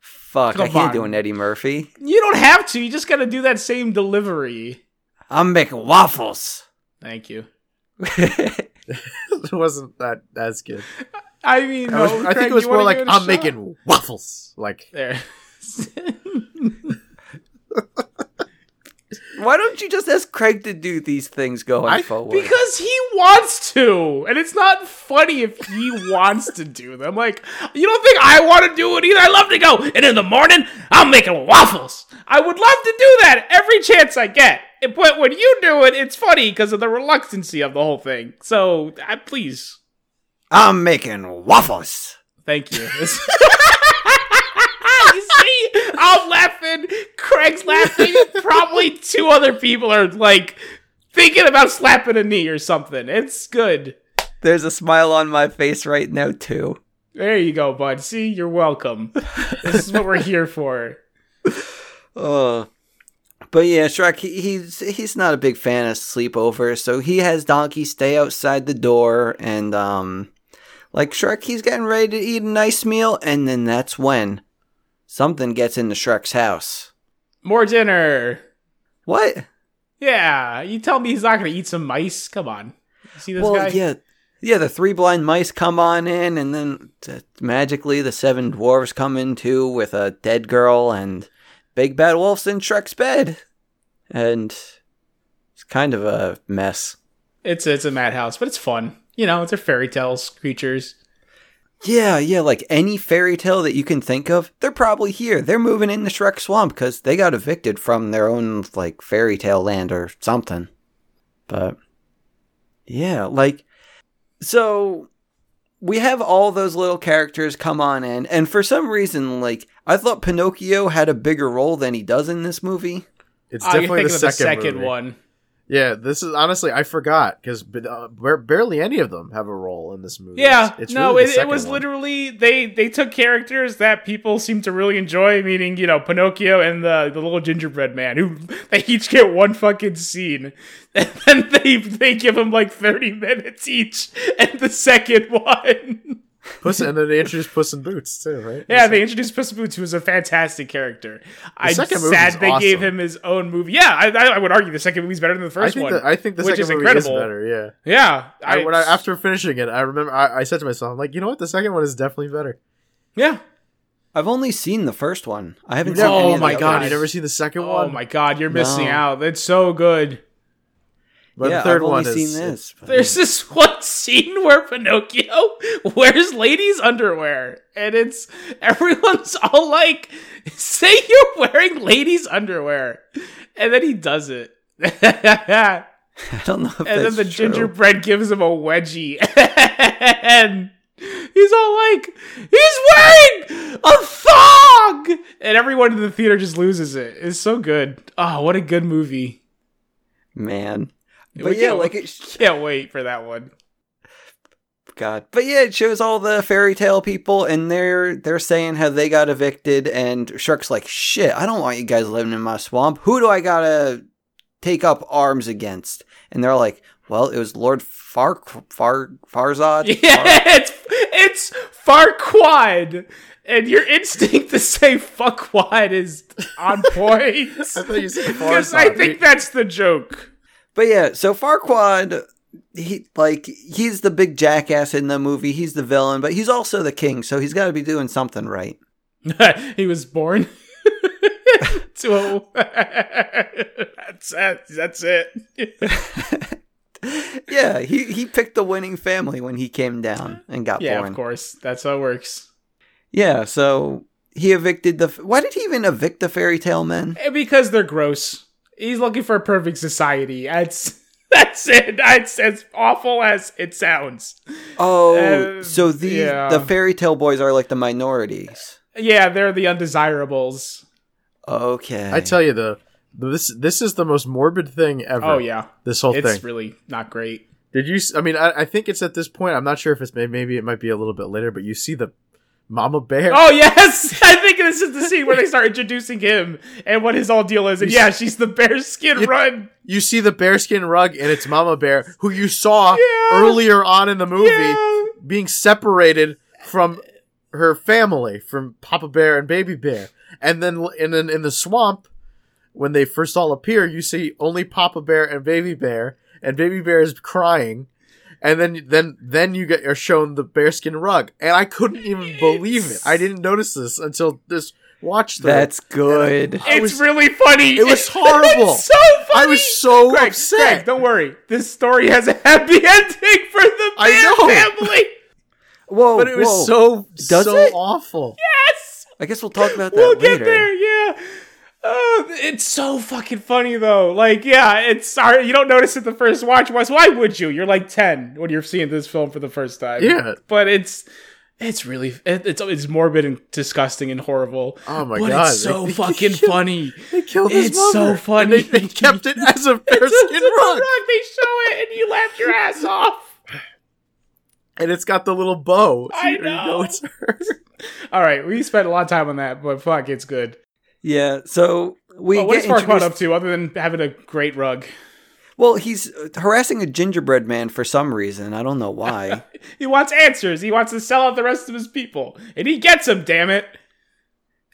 Speaker 2: Fuck, I
Speaker 4: Come
Speaker 2: can't
Speaker 4: on.
Speaker 2: do an Eddie Murphy.
Speaker 4: you don't have to. You just gotta do that same delivery.
Speaker 2: I'm making waffles.
Speaker 4: Thank you.
Speaker 3: it wasn't that as good.
Speaker 4: I mean,
Speaker 3: I, was-
Speaker 4: Mm. no,
Speaker 3: I
Speaker 4: Craig,
Speaker 3: think it was
Speaker 4: you wanna
Speaker 3: more like
Speaker 4: give
Speaker 3: I'm
Speaker 4: it a shot?"
Speaker 3: making waffles. Like
Speaker 4: there.
Speaker 2: Why don't you just ask Craig to do these things going
Speaker 3: I-
Speaker 2: forward?
Speaker 4: Because he wants to, and it's not funny if he wants to do them. Like, you don't think I want to do it either? I love to go, and in the morning I'm making waffles. I would love to do that every chance I get. And- But when you do it, it's funny because of the reluctancy of the whole thing. So, I, please,
Speaker 2: I'm making waffles.
Speaker 4: thank you. It's- you see, I'm laughing. Craig's laughing. Probably two other people are like thinking about slapping a knee or something. It's good.
Speaker 2: There's a smile on my face right now, too.
Speaker 4: There you go, bud. See, you're welcome. this is what we're here for.
Speaker 2: Uh, but yeah, Shrek, he, he's he's not a big fan of sleepovers, so he has Donkey stay outside the door, and um, like Shrek, he's getting ready to eat a nice meal, and then that's when something gets into Shrek's house.
Speaker 4: More dinner.
Speaker 2: What?
Speaker 4: Yeah, you tell me he's not gonna eat some mice. Come on. You see this
Speaker 2: well,
Speaker 4: guy?
Speaker 2: yeah, yeah. The three blind mice come on in, and then t- magically the seven dwarves come in too with a dead girl and Big Bad Wolf's in Shrek's bed, and it's kind of a mess.
Speaker 4: It's it's a madhouse, but it's fun. You know, it's a fairy tales creatures.
Speaker 2: Yeah, yeah, like any fairy tale that you can think of, they're probably here. They're moving into Shrek Swamp because they got evicted from their own, like, fairy tale land or something. But, yeah, like, so we have all those little characters come on in, and for some reason, like, I thought Pinocchio had a bigger role than he does in this movie.
Speaker 3: it's
Speaker 4: Oh, you're
Speaker 3: definitely the
Speaker 4: thinking of
Speaker 3: second, movie.
Speaker 4: one.
Speaker 3: Yeah, this is honestly I forgot because uh, bar- barely any of them have a role in this movie.
Speaker 4: Yeah,
Speaker 3: It's- it's
Speaker 4: no,
Speaker 3: really the
Speaker 4: it, it
Speaker 3: second
Speaker 4: was
Speaker 3: one.
Speaker 4: literally they they took characters that people seem to really enjoy, meaning you know Pinocchio and the the little gingerbread man, who they each get one fucking scene, and then they they give him like thirty minutes each, and the second one.
Speaker 3: Puss, and then they introduced Puss in Boots too, right?
Speaker 4: Yeah, they introduced Puss in Boots, who was a fantastic character. I'm
Speaker 3: second movie
Speaker 4: sad
Speaker 3: is
Speaker 4: they gave
Speaker 3: awesome.
Speaker 4: him his own movie. Yeah, I, I I would argue the second movie's better than the
Speaker 3: I
Speaker 4: first
Speaker 3: think
Speaker 4: one.
Speaker 3: the, I think the
Speaker 4: which
Speaker 3: second
Speaker 4: is
Speaker 3: movie
Speaker 4: incredible.
Speaker 3: is better. Yeah,
Speaker 4: yeah,
Speaker 3: I, when I, after finishing it, I remember I, I said to myself, "I'm like, you know what? The second one is definitely better."
Speaker 4: yeah.
Speaker 2: I've only seen the first one. I haven't seen
Speaker 4: Oh
Speaker 2: any of
Speaker 4: my
Speaker 2: the
Speaker 4: God.
Speaker 2: others.
Speaker 3: you never seen the second one,
Speaker 4: Oh my god, you're missing
Speaker 2: No.
Speaker 4: out. That's so good.
Speaker 3: but
Speaker 2: yeah,
Speaker 3: the 3rd
Speaker 2: I've only
Speaker 3: one is
Speaker 2: seen this. but-
Speaker 4: There's this one scene where Pinocchio wears ladies' underwear, and it's everyone's all like, "Say you're wearing ladies' underwear," and then he does it. and
Speaker 2: I don't know if
Speaker 4: then
Speaker 2: that's
Speaker 4: the
Speaker 2: true.
Speaker 4: gingerbread gives him a wedgie, and he's all like, "He's wearing a thong," and everyone in the Ah, theater just loses it. It's so good. Oh, what a good movie!
Speaker 2: Man. But yeah, like it,
Speaker 4: Can't wait for that one.
Speaker 2: God. But yeah, it shows all the fairy tale people and they're they're saying how they got evicted and Shark's like, shit, I don't want you guys living in my swamp. Who do I gotta take up arms against? And they're like, Well, it was Lord Far Far Farzad.
Speaker 4: Yeah, it's it's Farquad, and your instinct to say fuckwad is on point.
Speaker 3: I thought you said
Speaker 4: Because I think that's the joke.
Speaker 2: But yeah, so Farquad he like he's the big jackass in the movie, he's the villain, but he's also the king, so he's gotta be doing something right.
Speaker 4: he was born to a. that's it. That's it.
Speaker 2: yeah, he, he picked the winning family when he came down and got
Speaker 4: yeah,
Speaker 2: born.
Speaker 4: of course. That's how it works.
Speaker 2: Yeah, so he evicted the. Why did he even evict the fairy tale men?
Speaker 4: And because they're gross. He's looking for a perfect society. That's that's it. That's as awful as it sounds.
Speaker 2: Oh,
Speaker 4: Uh,
Speaker 2: so the
Speaker 4: yeah.
Speaker 2: the fairy tale boys are like the minorities.
Speaker 4: Yeah, they're the undesirables.
Speaker 2: Okay,
Speaker 3: I tell you the this this is the most morbid thing ever.
Speaker 4: Oh yeah,
Speaker 3: this whole
Speaker 4: it's
Speaker 3: thing.
Speaker 4: really not great.
Speaker 3: Did you? s- I mean, I, I think it's at this point. I'm not sure if it's maybe, maybe it might be a little bit later, but you see the mama bear.
Speaker 4: Oh yes, I think this is the scene where they start introducing him and what his whole deal is. And yeah, she's the bear skin run.
Speaker 3: You see the bearskin rug, and it's mama bear who you saw
Speaker 4: Yeah.
Speaker 3: earlier on in the movie
Speaker 4: Yeah.
Speaker 3: being separated from her family, from Papa Bear and Baby Bear, and then and then in the swamp when they first all appear, you see only Papa Bear and Baby Bear, and Baby Bear is crying. And then, then, then you get are shown the bearskin rug, and I couldn't even believe it. I didn't notice this until this watch. through.
Speaker 2: that's good.
Speaker 3: I
Speaker 4: It's
Speaker 3: was-
Speaker 4: really funny.
Speaker 3: It was horrible.
Speaker 4: It's so
Speaker 3: I
Speaker 4: funny.
Speaker 3: was so
Speaker 4: Greg,
Speaker 3: upset.
Speaker 4: Greg, don't worry. This story has a happy ending for the
Speaker 3: I
Speaker 4: bear
Speaker 3: know.
Speaker 4: family.
Speaker 2: Whoa,
Speaker 3: but it was
Speaker 2: whoa.
Speaker 3: so
Speaker 2: Does
Speaker 3: so
Speaker 2: it?
Speaker 3: awful.
Speaker 4: Yes.
Speaker 2: I guess we'll talk about that
Speaker 4: we'll
Speaker 2: later.
Speaker 4: get there. Yeah. Uh, it's so fucking funny though. Like, yeah, it's sorry you don't notice it the first watch. Wes. Why would you? You're like ten when you're seeing this film for the first time.
Speaker 3: Yeah.
Speaker 4: but it's it's really it, it's it's morbid and disgusting and horrible.
Speaker 3: Oh my
Speaker 4: but
Speaker 3: God.
Speaker 4: it's so
Speaker 3: They- they
Speaker 4: fucking
Speaker 3: killed-
Speaker 4: funny.
Speaker 3: They killed his
Speaker 4: It's
Speaker 3: mother,
Speaker 4: so
Speaker 3: and
Speaker 4: funny.
Speaker 3: they, they kept it as a
Speaker 4: It's a-
Speaker 3: bearskin
Speaker 4: it's a
Speaker 3: rug,
Speaker 4: rug, They show it and you laugh your ass off.
Speaker 3: and it's got the little bow. so
Speaker 4: I
Speaker 3: you
Speaker 4: know.
Speaker 3: it's her.
Speaker 4: All right, we spent a lot of time on that, but fuck, it's good.
Speaker 2: Yeah, so we
Speaker 4: Oh, what
Speaker 2: get
Speaker 4: is Farquaad
Speaker 2: introduced-
Speaker 4: up to other than having a great rug?
Speaker 2: Well, he's uh, harassing a gingerbread man for some reason. I don't know why.
Speaker 4: He wants answers. He wants to sell out the rest of his people, and he gets them. Damn it!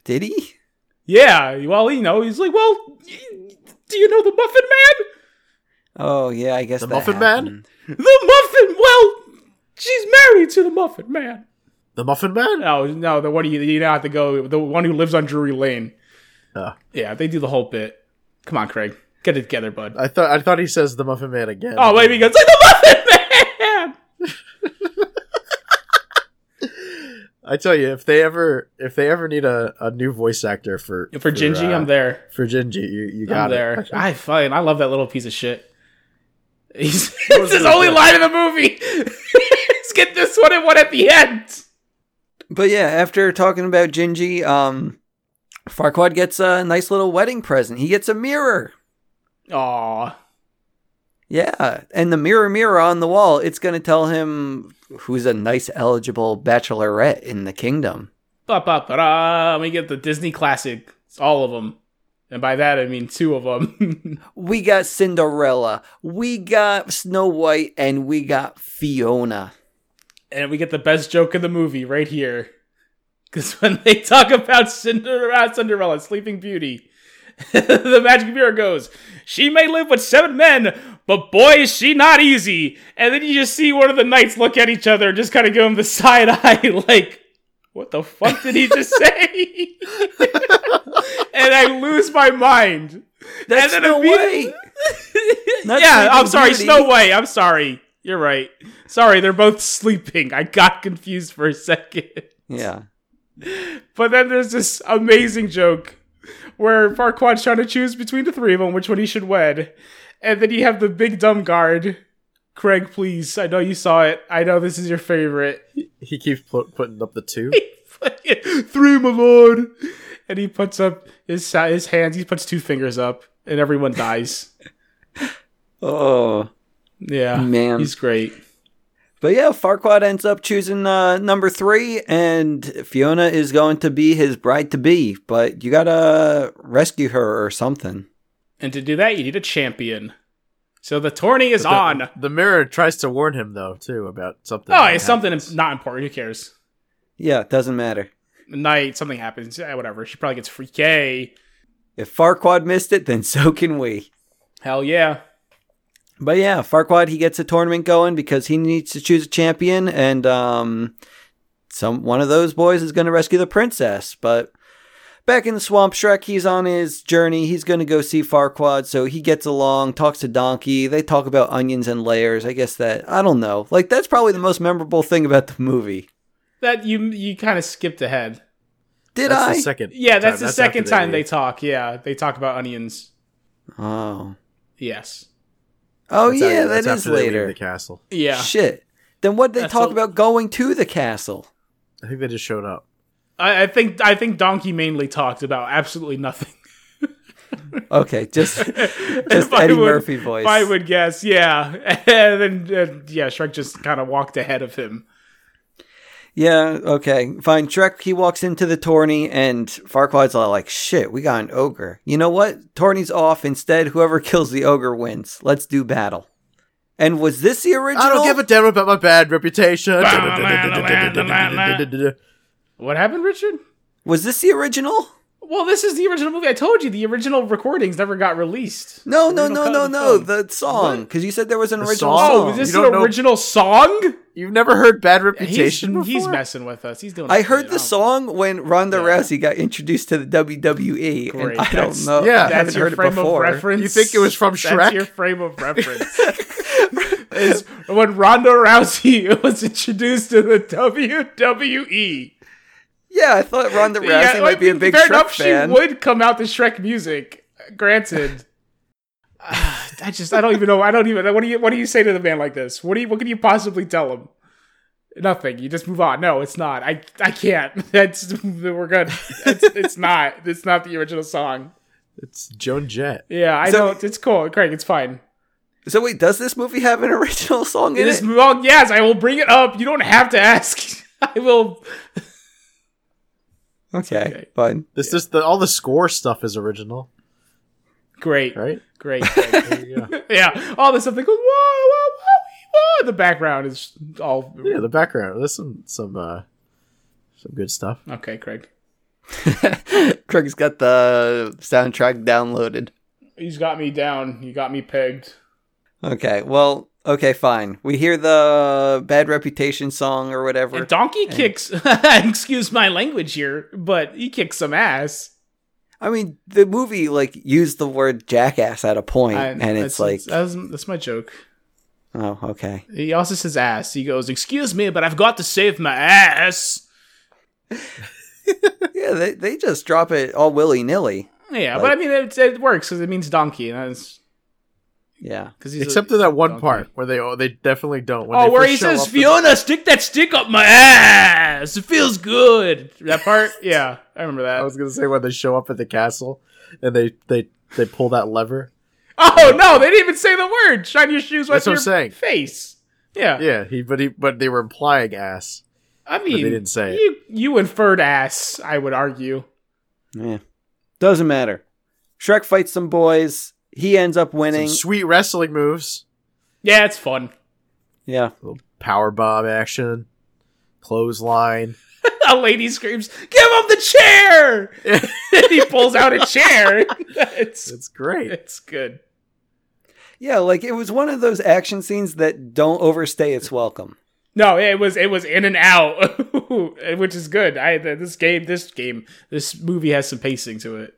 Speaker 2: Did he?
Speaker 4: Yeah. Well, you know, he's like, well, y- do you know the Muffin Man?
Speaker 2: Oh yeah, I guess
Speaker 3: The
Speaker 2: that
Speaker 3: Muffin Man?
Speaker 2: happened.
Speaker 4: The Muffin. Well, she's married to the Muffin Man.
Speaker 3: the Muffin Man.
Speaker 4: No, no, the one you you don't have to go. The one who lives on Drury Lane.
Speaker 3: Oh.
Speaker 4: Yeah, they do the whole bit. Come on, Craig, get it together, bud.
Speaker 3: I thought I thought he says the Muffin Man again.
Speaker 4: oh, wait, he goes like the Muffin Man.
Speaker 3: I tell you, if they ever if they ever need a, a new voice actor for
Speaker 4: For Gingy,
Speaker 3: uh,
Speaker 4: I'm there.
Speaker 3: For Gingy, you, you got
Speaker 4: I'm there.
Speaker 3: it.
Speaker 4: I fucking I love that little piece of shit. He's
Speaker 3: was
Speaker 4: it's his
Speaker 3: the
Speaker 4: only
Speaker 3: best?
Speaker 4: line in the movie. Let's get this one and one at the end.
Speaker 2: But yeah, after talking about Gingy, um, Farquaad gets a nice little wedding present. He gets a mirror.
Speaker 4: Aw.
Speaker 2: Yeah, and the mirror, mirror on the wall, it's going to tell him who's a nice, eligible bachelorette in the kingdom.
Speaker 4: Ba ba ba da. We get the Disney classic. It's all of them. And by that I mean two of them.
Speaker 2: We got Cinderella, we got Snow White, and we got Fiona.
Speaker 4: and we get the best joke in the movie right here. Cause when they talk about Cinderella, ah, Cinderella Sleeping Beauty, the magic mirror goes, She may live with seven men, but boy is she not easy. And then you just see one of the knights look at each other and just kind of give him the side eye, like, what the fuck did he just say? and I lose my mind.
Speaker 2: That's
Speaker 4: and
Speaker 2: Snow
Speaker 4: immediately-
Speaker 2: White. Not
Speaker 4: yeah,
Speaker 2: Sleeping
Speaker 4: I'm sorry,
Speaker 2: Beauty.
Speaker 4: Snow White. I'm sorry. You're right. Sorry, they're both sleeping. I got confused for a second.
Speaker 2: Yeah.
Speaker 4: But then there's this amazing joke where Farquaad's trying to choose between the three of them, which one he should wed. And then you have the big dumb guard. Craig, please. I know you saw it. I know this is your favorite.
Speaker 3: He keeps pl- putting up the two.
Speaker 4: three, my lord. And he puts up his, si- his hands. He puts two fingers up, and everyone dies.
Speaker 2: Oh.
Speaker 4: Yeah,
Speaker 2: Man.
Speaker 4: he's great.
Speaker 2: But yeah, Farquaad ends up choosing uh, number three, and Fiona is going to be his bride to be. But you gotta rescue her or something.
Speaker 4: And to do that, you need a champion. So the tourney is on.
Speaker 3: The, the mirror tries to warn him though too about something.
Speaker 4: oh,
Speaker 3: that
Speaker 4: it's something
Speaker 3: happens.
Speaker 4: not important. Who cares?
Speaker 2: Yeah, it doesn't matter.
Speaker 4: Night, something happens. Yeah, whatever. She probably gets free K.
Speaker 2: If Farquaad missed it, then so can we.
Speaker 4: Hell yeah.
Speaker 2: But yeah, Farquaad he gets a tournament going because he needs to choose a champion, and um, some one of those boys is going to rescue the princess. But back in the swamp, Shrek he's on his journey. He's going to go see Farquaad, so he gets along, talks to Donkey. They talk about onions and layers. I guess that I don't know. Like that's probably the most memorable thing about the movie.
Speaker 4: That you you kind of skipped ahead.
Speaker 2: Did
Speaker 3: That's
Speaker 2: I?
Speaker 3: the second.
Speaker 4: Yeah, that's
Speaker 3: time-
Speaker 4: the
Speaker 3: after
Speaker 4: second time they
Speaker 3: leave.
Speaker 4: talk. Yeah, they talk about onions.
Speaker 2: oh,
Speaker 4: Yes.
Speaker 2: oh
Speaker 3: That's
Speaker 2: yeah,
Speaker 3: after- that's
Speaker 2: that is
Speaker 3: after they leave
Speaker 2: later.
Speaker 3: The castle.
Speaker 4: Yeah.
Speaker 2: Shit. Then what they
Speaker 4: That's
Speaker 2: talk
Speaker 4: a-
Speaker 2: about going to the castle?
Speaker 3: I think they just showed up.
Speaker 4: I, I think I think Donkey mainly talked about absolutely nothing.
Speaker 2: Okay, just
Speaker 4: If
Speaker 2: just
Speaker 4: I
Speaker 2: Eddie
Speaker 4: would-
Speaker 2: Murphy voice.
Speaker 4: if I would guess. Yeah. and then uh, yeah, Shrek just kind of walked ahead of him.
Speaker 2: Yeah, okay. Fine. Shrek, he walks into the tourney and Farquaad's all like, shit, we got an ogre. You know what? Tourney's off. Instead, whoever kills the ogre wins. Let's do battle. And was this the original?
Speaker 3: I don't give a damn about my bad reputation.
Speaker 4: What happened, Richard?
Speaker 2: Was this the original?
Speaker 4: Well, this is the original movie. I told you the original recordings never got released.
Speaker 2: No, no,
Speaker 4: Original
Speaker 2: no,
Speaker 4: cut
Speaker 2: no,
Speaker 4: of the
Speaker 2: no.
Speaker 4: film.
Speaker 2: The song. Because you said there was an original song.
Speaker 3: song?
Speaker 4: Oh,
Speaker 3: Oh,
Speaker 4: is this
Speaker 3: you
Speaker 4: an
Speaker 3: don't know-
Speaker 4: original song?
Speaker 3: You've never heard bad
Speaker 4: He's,
Speaker 3: reputation before?
Speaker 4: he's messing with us. He's doing.
Speaker 2: I
Speaker 4: it,
Speaker 2: heard
Speaker 4: you
Speaker 2: the
Speaker 4: know.
Speaker 2: song when Ronda
Speaker 4: Yeah.
Speaker 2: Rousey got introduced to the WWE,
Speaker 4: Great.
Speaker 2: and I
Speaker 4: That's-
Speaker 2: don't know.
Speaker 3: yeah.
Speaker 2: I
Speaker 3: That's
Speaker 2: haven't
Speaker 4: That's your
Speaker 2: heard it
Speaker 4: frame of
Speaker 2: before.
Speaker 4: reference.
Speaker 3: You think it was from Shrek?
Speaker 4: That's your frame of reference. is when Ronda Rousey was introduced to the E. WWE.
Speaker 2: Yeah, I thought Ronda Rousey might
Speaker 4: like,
Speaker 2: be a big
Speaker 4: fair
Speaker 2: Shrek
Speaker 4: enough,
Speaker 2: fan.
Speaker 4: She would come out to Shrek music. Granted, Ah, I just I don't even know. I don't even. What do you What do you say to the man like this? What do you What can you possibly tell him? Nothing. You just move on. No, it's not. I I can't. That's we're good. It's, it's not. It's not the original song.
Speaker 3: It's Joan Jett.
Speaker 4: Yeah, I
Speaker 2: So-
Speaker 4: don't. It's cool, Craig. It's fine.
Speaker 2: So wait, does this movie have an original song in
Speaker 4: This
Speaker 2: it?
Speaker 4: well, yes, I will bring it up. You don't have to ask. I will.
Speaker 2: Okay,
Speaker 4: okay.
Speaker 2: fine.
Speaker 3: This just the all the score stuff is original,
Speaker 4: Great,
Speaker 3: right?
Speaker 4: great. Craig.
Speaker 3: There you go.
Speaker 4: yeah, all this stuff that goes whoa, whoa, whoa, whoa. The background is all
Speaker 3: yeah, the background. There's some some uh some good stuff.
Speaker 4: okay, Craig.
Speaker 2: Craig's got the soundtrack downloaded.
Speaker 4: He's got me down. You got me pegged.
Speaker 2: Okay, well, okay, fine. We hear the bad reputation song or whatever.
Speaker 4: And Donkey kicks. excuse my language here, but he kicks some ass.
Speaker 2: I mean, the movie like used the word jackass at a point,
Speaker 4: I-
Speaker 2: and it's
Speaker 4: that's-
Speaker 2: like,
Speaker 4: that's, that's my joke.
Speaker 2: oh, okay.
Speaker 4: He also says ass. He goes, "Excuse me, but I've got to save my ass."
Speaker 2: yeah, they they just drop it all willy nilly.
Speaker 4: Yeah, but I
Speaker 2: Like-
Speaker 4: mean, it, it works because it means donkey. And that's
Speaker 2: Yeah.
Speaker 4: because he's
Speaker 3: Except
Speaker 4: a,
Speaker 3: for that one
Speaker 4: donkey.
Speaker 3: part where they oh, they definitely don't. When
Speaker 4: Oh,
Speaker 3: they
Speaker 4: where
Speaker 3: first
Speaker 4: he
Speaker 3: show
Speaker 4: says,
Speaker 3: up, the-
Speaker 4: "Fiona, stick that stick up my ass. It feels good." That part, yeah, I remember that.
Speaker 3: I was gonna say when they show up at the castle and they they they pull that lever.
Speaker 4: Oh no, they didn't even say the word. Shine your shoes right
Speaker 3: That's
Speaker 4: to
Speaker 3: what
Speaker 4: your
Speaker 3: I'm saying.
Speaker 4: face. Yeah.
Speaker 3: Yeah, he but he but they were implying ass.
Speaker 4: I mean,
Speaker 3: they didn't say it.
Speaker 4: you you inferred ass. I would argue.
Speaker 2: Yeah. Doesn't matter. Shrek fights some boys. He ends up
Speaker 3: Some
Speaker 2: winning.
Speaker 3: sweet wrestling moves,
Speaker 4: Yeah, it's fun.
Speaker 2: yeah.
Speaker 3: little power bomb action, clothesline.
Speaker 4: A lady screams, "Give him the chair!" and he pulls out a chair. it's
Speaker 3: It's great.
Speaker 4: it's good.
Speaker 2: Yeah, like it was one of those action scenes that don't overstay its welcome.
Speaker 4: No, it was it was in and out, which is good. I th- this game, this game, this movie has some pacing to it.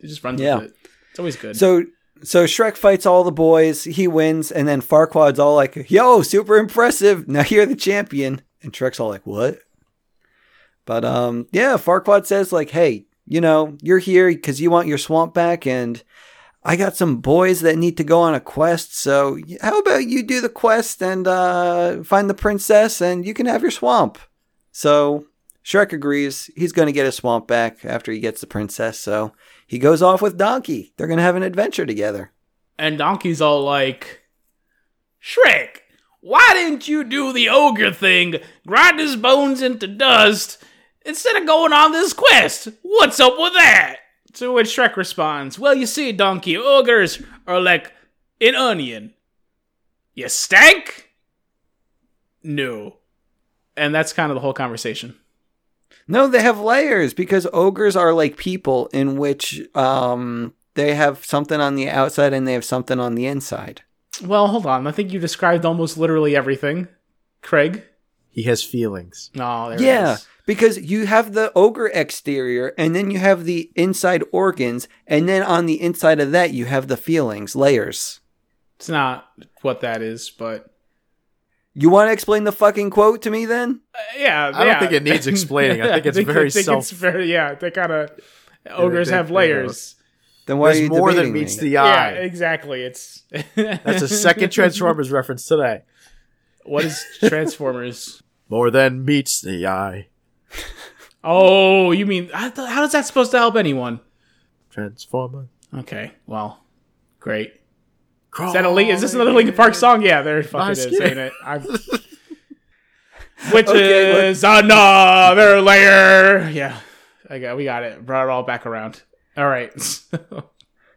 Speaker 4: It just runs
Speaker 2: Yeah.
Speaker 4: with it. It's always good.
Speaker 2: So so Shrek fights all the boys, he wins, and then Farquaad's all like, "Yo, super impressive! Now you're the champion." And Shrek's all like, "What?" But um, yeah, Farquaad says like, "Hey, you know, you're here because you want your swamp back, and I got some boys that need to go on a quest. So how about you do the quest and uh, find the princess, and you can have your swamp." So Shrek agrees. He's going to get his swamp back after he gets the princess. So he goes off with Donkey. They're going to have an adventure together.
Speaker 4: And Donkey's all like, Shrek, why didn't you do the ogre thing? Grind his bones into dust instead of going on this quest. What's up with that? To which Shrek responds, Well, you see, Donkey, ogres are like an onion. You stank? No. And that's kind of the whole conversation.
Speaker 2: No, they have layers because ogres are like people in which um, they have something on the outside and they have something on the inside.
Speaker 4: Well, hold on. I think you described almost literally everything, Craig.
Speaker 3: He has feelings.
Speaker 4: No, there it
Speaker 2: Yeah,
Speaker 4: is.
Speaker 2: because you have the ogre exterior and then you have the inside organs, and then on the inside of that, you have the feelings, layers.
Speaker 4: It's not what that is, but
Speaker 2: You want to explain the fucking quote to me then?
Speaker 4: Uh, yeah.
Speaker 3: I don't
Speaker 4: yeah.
Speaker 3: think it needs explaining. I think it's very
Speaker 4: It's
Speaker 3: self-
Speaker 4: very, yeah, they kind of ogres
Speaker 3: they-
Speaker 4: have
Speaker 3: they
Speaker 4: layers.
Speaker 2: Then why are
Speaker 3: There's
Speaker 2: you
Speaker 3: more than
Speaker 2: debating
Speaker 3: meets
Speaker 2: me?
Speaker 3: the
Speaker 4: Yeah,
Speaker 3: eye.
Speaker 4: exactly. It's
Speaker 3: That's a second Transformers reference today.
Speaker 4: What is Transformers?
Speaker 3: More than meets the eye.
Speaker 4: oh, you mean I th- how is that supposed to help anyone?
Speaker 3: Transformer.
Speaker 4: Okay, well, great.
Speaker 3: Crawl
Speaker 4: Is that a link? Is this another Linkin Park song? Yeah, there it fucking
Speaker 3: Oh, Nice
Speaker 4: is,
Speaker 3: kid.
Speaker 4: ain't it? I'm... Which
Speaker 2: Okay, what-
Speaker 4: is another layer. Yeah, I got, we got it. Brought it all back around. All right,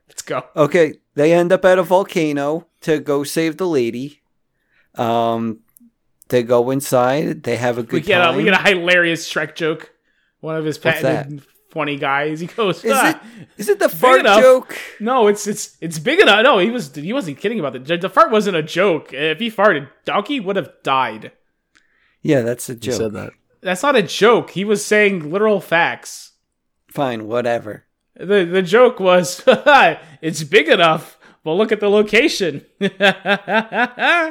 Speaker 4: let's go.
Speaker 2: Okay, they end up at a volcano to go save the lady. Um, they go inside. They have a good
Speaker 4: we get
Speaker 2: time.
Speaker 4: a we get a hilarious Shrek joke. One of his
Speaker 2: What's
Speaker 4: patented funny guys. He goes,
Speaker 2: Is
Speaker 4: "Ah."
Speaker 2: it is it the fart
Speaker 4: enough.
Speaker 2: joke?
Speaker 4: No, it's it's it's big enough. No, he was he wasn't kidding about the j- the fart wasn't a joke. If he farted, Donkey would have died.
Speaker 2: Yeah, that's a
Speaker 3: You
Speaker 2: joke.
Speaker 3: said that.
Speaker 4: That's not a joke. He was saying literal facts.
Speaker 2: Fine, whatever.
Speaker 4: The the joke was it's big enough, but look at the location.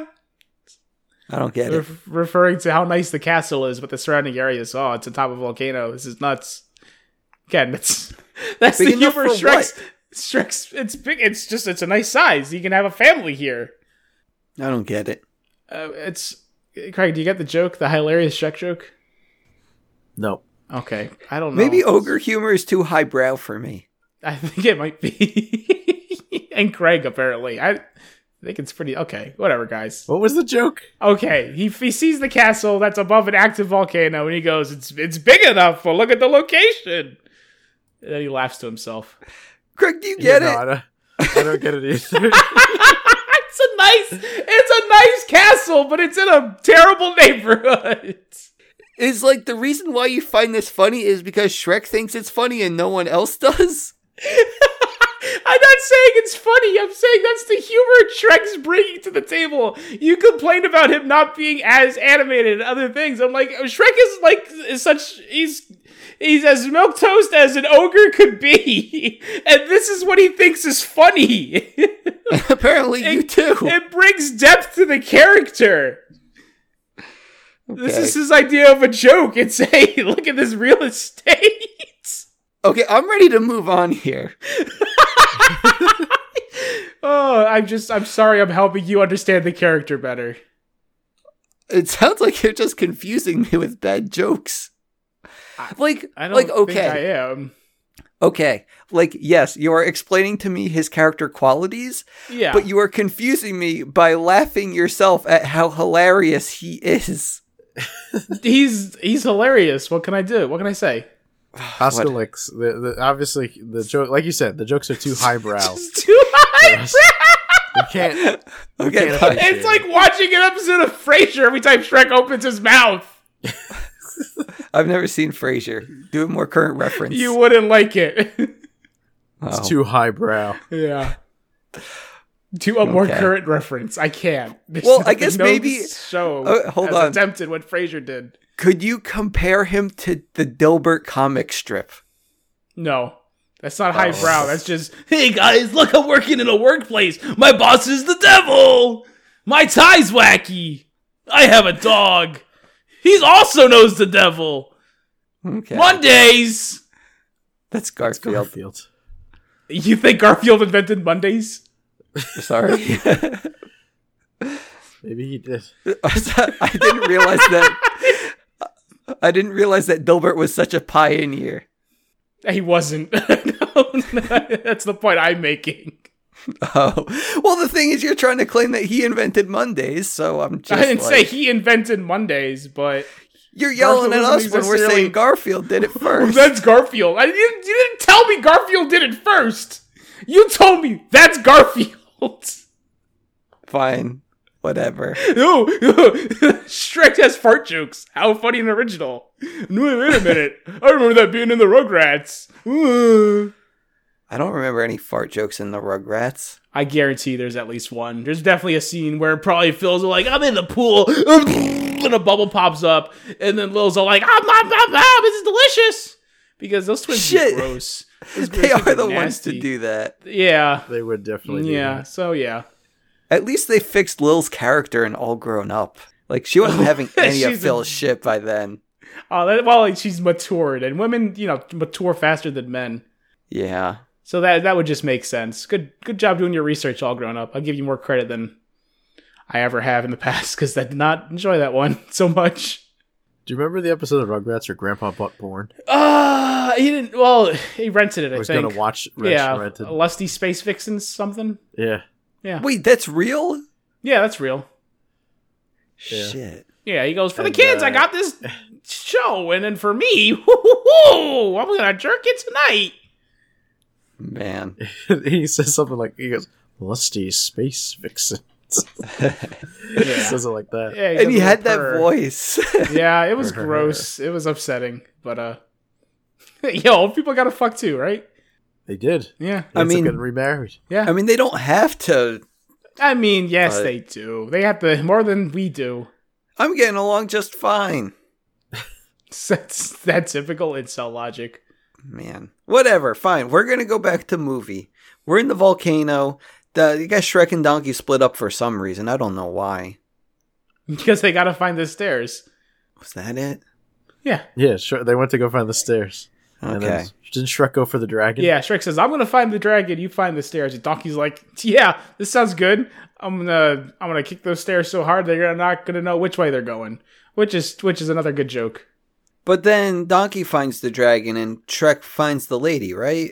Speaker 2: I don't get it.
Speaker 4: Re- referring to how nice the castle is, but the surrounding area is oh, it's on top of a volcano. This is nuts. Again, that's that's
Speaker 2: Big
Speaker 4: the
Speaker 2: enough
Speaker 4: humor.
Speaker 2: for
Speaker 4: Shrek's, Shrek's it's big. It's just it's a nice size. You can have a family here.
Speaker 2: I don't get it.
Speaker 4: Uh, it's Craig. Do you get the joke? The hilarious Shrek joke.
Speaker 3: No.
Speaker 4: Okay, I don't know.
Speaker 2: Maybe ogre humor is too highbrow for me.
Speaker 4: I think it might be. and Craig apparently. I think it's pretty okay. Whatever, guys.
Speaker 3: What was the joke?
Speaker 4: Okay, he, he sees the castle that's above an active volcano, and he goes, "It's it's big enough, but look at the location." And then he laughs to himself.
Speaker 2: Craig, do you get
Speaker 3: Yeah,
Speaker 2: it?
Speaker 3: no, I, don't, uh, I don't get it either.
Speaker 4: it's a nice, it's a nice castle, but it's in a terrible neighborhood.
Speaker 2: Is like the reason why you find this funny is because Shrek thinks it's funny and no one else does.
Speaker 4: I'm not saying it's funny. I'm saying that's the humor Shrek's bringing to the table. You complain about him not being as animated and other things. I'm like, Shrek is like is such he's he's as milk toast as an ogre could be, and this is what he thinks is funny.
Speaker 2: Apparently, you too.
Speaker 4: it brings depth to the character. This
Speaker 2: Okay.
Speaker 4: is his idea of a joke. It's hey, look at this real estate.
Speaker 2: Okay, I'm ready to move on here.
Speaker 4: Oh, I'm just I'm sorry. I'm helping you understand the character better.
Speaker 2: It sounds like you're just confusing me with bad jokes. Like,
Speaker 4: I don't
Speaker 2: like,
Speaker 4: think I
Speaker 2: okay,
Speaker 4: am.
Speaker 2: okay, like, yes, you are explaining to me his character qualities,
Speaker 4: Yeah.
Speaker 2: but you are confusing me by laughing yourself at how hilarious he is.
Speaker 4: he's he's hilarious. What can I do? What can I say?
Speaker 3: Oscalix. The, the, obviously, the joke, like you said, the jokes are too highbrow.
Speaker 4: It's too high.
Speaker 3: You can't.
Speaker 2: Okay,
Speaker 3: can't
Speaker 2: fine.
Speaker 3: appreciate
Speaker 4: It's like watching an episode of Frasier every time Shrek opens his mouth.
Speaker 2: I've never seen Frasier. Do a more current reference. Oh.
Speaker 4: You wouldn't like it.
Speaker 2: Wow.
Speaker 3: It's too highbrow.
Speaker 4: yeah. Do a more
Speaker 2: Okay.
Speaker 4: current reference. I can't. There's
Speaker 2: Well, I
Speaker 4: nothing-
Speaker 2: guess
Speaker 4: no
Speaker 2: maybe-
Speaker 4: show
Speaker 2: Oh, hold
Speaker 4: has
Speaker 2: on.
Speaker 4: attempted what Frasier did.
Speaker 2: Could you compare him to the Dilbert comic strip?
Speaker 4: No. That's not
Speaker 2: Oh.
Speaker 4: highbrow. That's just, hey guys, look, I'm working in a workplace. My boss is the devil. My tie's wacky. I have a dog. He also knows the devil.
Speaker 2: Okay,
Speaker 4: Mondays.
Speaker 2: that's Garfield.
Speaker 3: Garfield.
Speaker 4: You think Garfield invented Mondays?
Speaker 2: Sorry,
Speaker 3: Maybe he did.
Speaker 2: I didn't realize that. I didn't realize that Dilbert was such a pioneer.
Speaker 4: He wasn't. No, no, that's the point I'm making.
Speaker 2: Oh, well, the thing is, you're trying to claim that he invented Mondays, so I'm just.
Speaker 4: I didn't say
Speaker 2: like-
Speaker 4: he invented Mondays, but
Speaker 2: You're yelling at
Speaker 4: Garfield
Speaker 2: us
Speaker 4: isn't
Speaker 2: when we're
Speaker 4: necessarily-
Speaker 2: saying Garfield did it first.
Speaker 4: that's Garfield. I, you, you didn't tell me Garfield did it first. You told me that's Garfield.
Speaker 2: Fine, whatever.
Speaker 4: Ew, straight as fart jokes. How funny and original. No, Wait a minute. I remember that being in the Rugrats. Ooh.
Speaker 2: I don't remember any fart jokes in the Rugrats.
Speaker 4: I guarantee there's at least one. There's definitely a scene where probably Phil's like, I'm in the pool, and a bubble pops up, and then Lil's all like, "Ah, "Om, om, om, om, this is delicious. Because those twins
Speaker 2: Shit.
Speaker 4: are gross. Those
Speaker 2: They
Speaker 4: twins
Speaker 2: are the ones
Speaker 4: nasty.
Speaker 2: to do that.
Speaker 4: Yeah.
Speaker 3: They would definitely. do
Speaker 4: Yeah.
Speaker 3: that.
Speaker 4: So, yeah.
Speaker 2: At least they fixed Lil's character and all grown up. Like she wasn't having any of
Speaker 4: Oh, She's a-
Speaker 2: Phil's shit by then.
Speaker 4: Oh, that, well, like, she's matured, and women, you know, mature faster than men.
Speaker 2: Yeah.
Speaker 4: So that that would just make sense. Good good job doing your research all grown up. I'll give you more credit than I ever have in the past because I did not enjoy that one so much.
Speaker 3: Do you remember the episode of Rugrats where Grandpa bought porn?
Speaker 4: Uh he didn't well, he rented it, I
Speaker 3: was
Speaker 4: think.
Speaker 3: going to watch Rich
Speaker 4: yeah,
Speaker 3: rented.
Speaker 4: a Lusty Space Vixens something.
Speaker 3: Yeah.
Speaker 2: Wait, that's real?
Speaker 4: Yeah, that's real.
Speaker 3: Yeah.
Speaker 2: Shit.
Speaker 4: Yeah, he goes, For the
Speaker 3: And,
Speaker 4: kids, I
Speaker 3: uh,
Speaker 4: got this show, and then for me, woo-hoo-hoo, I'm gonna jerk it tonight.
Speaker 2: Man.
Speaker 3: he says something like, he goes, lusty space vixen. he
Speaker 4: Yeah.
Speaker 3: says it like that.
Speaker 4: Yeah,
Speaker 2: and he
Speaker 4: does a
Speaker 2: had
Speaker 4: little purr.
Speaker 2: that voice.
Speaker 4: Yeah, it was gross. It was upsetting. But uh Yo, old people gotta fuck too, right?
Speaker 3: They did.
Speaker 4: Yeah.
Speaker 3: They
Speaker 2: I
Speaker 3: ended up
Speaker 2: mean-
Speaker 3: getting remarried.
Speaker 4: Yeah.
Speaker 2: I mean, they don't have to.
Speaker 4: I mean, yes,
Speaker 2: But-
Speaker 4: they do. They have to more than we do.
Speaker 2: I'm getting along just fine.
Speaker 4: That's that typical incel logic.
Speaker 2: Man. Whatever. Fine. We're going to go back to movie. We're in the volcano. The, you guys, Shrek and Donkey split up for some reason. I don't know why.
Speaker 4: Because they gotta find the stairs.
Speaker 2: Was that it?
Speaker 4: Yeah.
Speaker 3: Yeah, sure. They went to go find the stairs. And
Speaker 2: Okay.
Speaker 3: then, didn't Shrek go for the dragon?
Speaker 4: Yeah, Shrek says, I'm gonna find the dragon, you find the stairs. And Donkey's like, Yeah, this sounds good. I'm gonna I'm gonna kick those stairs so hard they're not gonna know which way they're going. Which is which is another good joke.
Speaker 2: But then Donkey finds the dragon and Shrek finds the lady, right?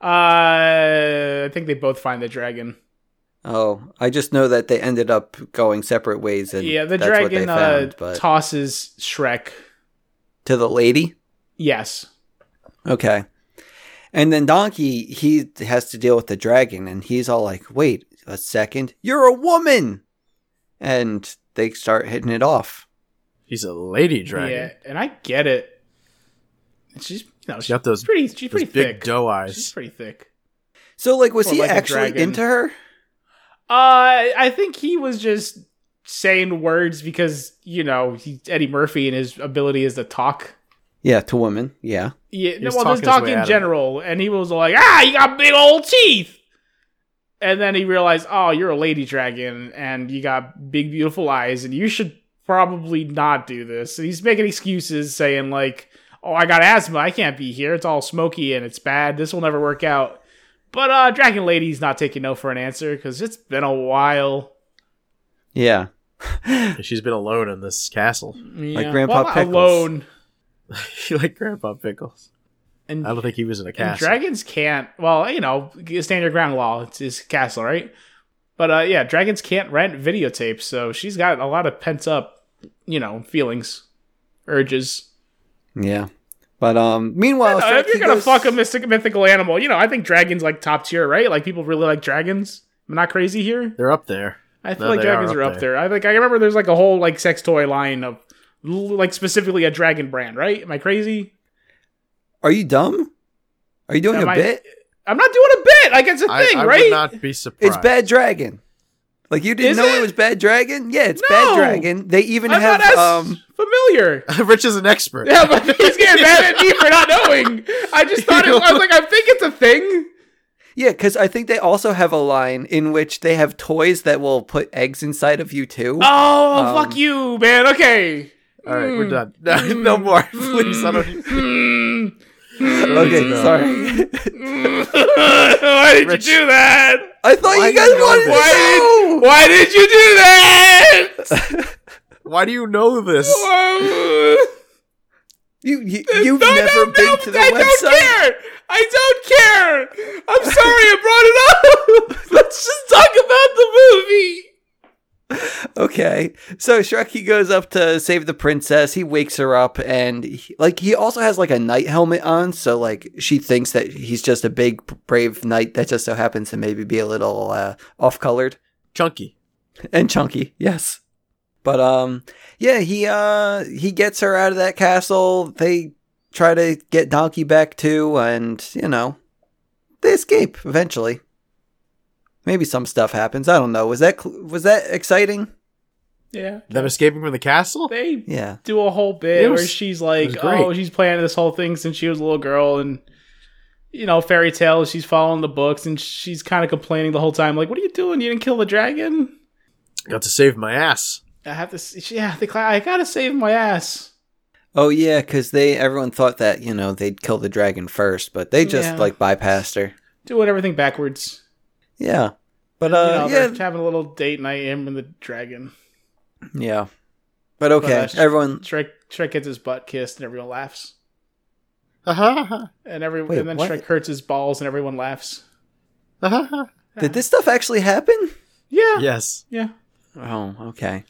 Speaker 4: Uh I think they both find the dragon.
Speaker 2: Oh, I just know that they ended up going separate ways, and
Speaker 4: yeah, the
Speaker 2: that's what they
Speaker 4: dragon
Speaker 2: found.
Speaker 4: uh,
Speaker 2: but
Speaker 4: tosses Shrek.
Speaker 2: to the lady,
Speaker 4: Yes.
Speaker 2: okay. And then Donkey, he has to deal with the dragon, and he's all like, "Wait a second, you're a woman," and they start hitting it off.
Speaker 3: He's a lady dragon.
Speaker 4: Yeah, and I get it. She's you know she's
Speaker 3: She got those,
Speaker 4: pretty she's
Speaker 3: those
Speaker 4: pretty
Speaker 3: big
Speaker 4: thick.
Speaker 3: doe
Speaker 4: She's
Speaker 3: eyes.
Speaker 4: pretty thick.
Speaker 2: So, like, was
Speaker 4: Or
Speaker 2: he
Speaker 4: like a
Speaker 2: actually
Speaker 4: dragon.
Speaker 2: into her?
Speaker 4: Uh, I think he was just saying words because you know he, Eddie Murphy and his ability is to talk.
Speaker 2: Yeah, to women. Yeah.
Speaker 4: Yeah,
Speaker 3: was
Speaker 4: no, well,
Speaker 3: talking his
Speaker 4: just talk
Speaker 3: way out
Speaker 4: in
Speaker 3: of it.
Speaker 4: general, and he was like, "Ah, you got big old teeth," and then he realized, "Oh, you're a lady dragon, and you got big beautiful eyes, and you should probably not do this." And he's making excuses, saying like, "Oh, I got asthma, I can't be here. It's all smoky and it's bad. This will never work out." But uh, Dragon Lady's not taking no for an answer because it's been a while.
Speaker 2: Yeah.
Speaker 3: She's been alone in this castle.
Speaker 4: Yeah.
Speaker 2: Grandpa
Speaker 4: well, not
Speaker 2: Pickles.
Speaker 4: alone.
Speaker 3: you like Grandpa Pickles.
Speaker 4: And,
Speaker 3: I don't think he was in a
Speaker 4: and
Speaker 3: castle.
Speaker 4: dragons can't. Well, you know, stand your ground law. It's his castle, right? But uh, yeah, dragons can't rent videotapes, so she's got a lot of pent up, you know, feelings, urges.
Speaker 2: Yeah. But um, meanwhile,
Speaker 4: Uh,
Speaker 2: Shrek,
Speaker 4: if you're
Speaker 2: he
Speaker 4: gonna
Speaker 2: goes-
Speaker 4: fuck a mystic, mythical animal, you know, I think dragons like top tier, right? Like people really like dragons. I'm not crazy here.
Speaker 3: They're up there.
Speaker 4: I feel
Speaker 3: No,
Speaker 4: like
Speaker 3: they are
Speaker 4: dragons
Speaker 3: up
Speaker 4: are up there. I like I remember there's like a whole like sex toy line of like specifically a dragon brand, right? Am I crazy?
Speaker 2: Are you dumb? Are you doing
Speaker 4: Am
Speaker 2: a
Speaker 4: I-
Speaker 2: bit?
Speaker 4: I'm not doing a bit. Like it's a
Speaker 3: I,
Speaker 4: thing,
Speaker 3: I
Speaker 4: right?
Speaker 3: would not be surprised.
Speaker 2: It's Bad Dragon. Like you didn't
Speaker 4: Is
Speaker 2: know it?
Speaker 4: it?
Speaker 2: was Bad Dragon? Yeah, it's Bad
Speaker 4: No!
Speaker 2: Dragon. They even
Speaker 4: I'm
Speaker 2: have
Speaker 4: not as
Speaker 2: um
Speaker 4: familiar.
Speaker 3: Rich is an expert.
Speaker 4: Yeah, but he's getting mad at me for not knowing. I just thought it, I was like, I think it's a thing.
Speaker 2: yeah, cuz I think they also have a line in which they have toys that will put eggs inside of you too.
Speaker 4: Oh,
Speaker 2: Um,
Speaker 4: fuck you, man. Okay.
Speaker 3: All right, we're
Speaker 4: Mm.
Speaker 3: done. No,
Speaker 4: Mm.
Speaker 3: no more, please. I don't.
Speaker 4: Hmm.
Speaker 2: okay,
Speaker 3: no.
Speaker 2: sorry.
Speaker 4: Why did
Speaker 3: Rich.
Speaker 4: you do that?
Speaker 2: I thought
Speaker 3: Why
Speaker 2: you
Speaker 3: do
Speaker 2: guys
Speaker 3: you know
Speaker 2: wanted
Speaker 4: Why
Speaker 2: to know.
Speaker 4: did, why did you do that?
Speaker 3: Why do you know this?
Speaker 4: Oh.
Speaker 2: You, you you've
Speaker 4: No,
Speaker 2: never
Speaker 4: no,
Speaker 2: been
Speaker 4: no,
Speaker 2: to the
Speaker 4: I
Speaker 2: website.
Speaker 4: don't care. I don't care. I'm sorry I brought it up.
Speaker 2: So Shrek he goes up to save the princess. He wakes her up, and he, like he also has like a knight helmet on, so like she thinks that he's just a big brave knight that just so happens to maybe be a little uh, off colored
Speaker 3: Chunky.
Speaker 2: and chunky. Yes, but um, yeah, he uh he gets her out of that castle. They try to get Donkey back too, and you know they escape eventually. Maybe some stuff happens. I don't know. Was that cl- was that exciting?
Speaker 4: Yeah.
Speaker 3: Them escaping from the castle?
Speaker 4: They
Speaker 2: Yeah.
Speaker 4: do a whole bit
Speaker 3: It was-
Speaker 4: where she's
Speaker 3: it was
Speaker 4: like,
Speaker 3: great.
Speaker 4: oh, she's planning this whole thing since she was a little girl and you know, fairy tales, she's following the books and she's kind of complaining the whole time like, "What are you doing? You didn't kill the dragon?"
Speaker 3: Got to save my ass.
Speaker 4: I have to s- yeah, the cla- I got to save my ass.
Speaker 2: Oh yeah, because they everyone thought that you know they'd kill the dragon first, but they just
Speaker 4: Yeah.
Speaker 2: like bypassed her.
Speaker 4: Doing everything backwards.
Speaker 2: Yeah, but
Speaker 4: You
Speaker 2: uh,
Speaker 4: know, they're
Speaker 2: yeah,
Speaker 4: having a little date night him and the dragon.
Speaker 2: yeah. But okay,
Speaker 4: that's-
Speaker 2: everyone.
Speaker 4: Shrek Shrek gets his butt kissed and everyone laughs.
Speaker 3: Ha-ha-ha.
Speaker 4: And every
Speaker 2: Wait,
Speaker 4: and then
Speaker 2: what?
Speaker 4: Shrek hurts his balls and everyone laughs.
Speaker 3: Ha-ha-ha.
Speaker 2: Did this stuff actually happen?
Speaker 4: Yeah. Yeah.
Speaker 3: yes.
Speaker 2: Oh, okay.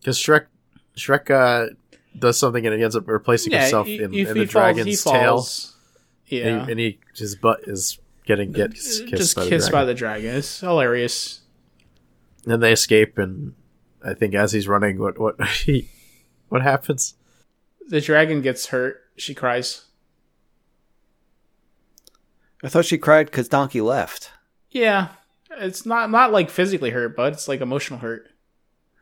Speaker 3: Because Shrek, Shrek uh, does something and he ends up replacing himself
Speaker 4: i-
Speaker 3: in,
Speaker 4: if
Speaker 3: in
Speaker 4: he
Speaker 3: the
Speaker 4: falls,
Speaker 3: dragon's
Speaker 4: he
Speaker 3: tail.
Speaker 4: falls. Yeah. Uh,
Speaker 3: And, he, and he- his butt is getting get, kissed
Speaker 4: just
Speaker 3: by the
Speaker 4: kissed
Speaker 3: dragon.
Speaker 4: by the dragon. It's hilarious.
Speaker 3: And they escape, and I think as he's running, what what he what happens?
Speaker 4: The dragon gets hurt. She cries.
Speaker 2: I thought she cried because Donkey left.
Speaker 4: Yeah. It's not not like physically hurt, but it's like emotional hurt.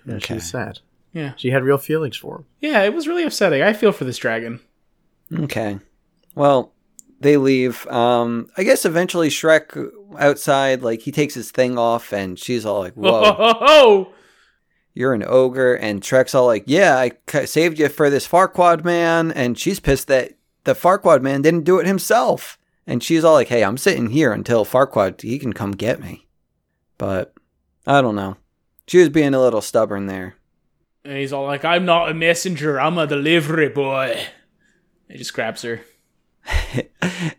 Speaker 3: Yeah,
Speaker 2: Okay.
Speaker 3: She's sad.
Speaker 4: Yeah.
Speaker 3: She had real feelings for him.
Speaker 4: Yeah, it was really upsetting. I feel for this dragon.
Speaker 2: Okay. Well, they leave. Um, I guess eventually Shrek outside, like he takes his thing off, and she's all like, "Whoa."
Speaker 4: Oh,
Speaker 2: you're an ogre and trek's all like yeah i ca- saved you for this farquad man and she's pissed that the farquad man didn't do it himself and she's all like hey i'm sitting here until farquad he can come get me but i don't know she was being a little stubborn there
Speaker 4: and he's all like, "I'm not a messenger. I'm a delivery boy." He just grabs her.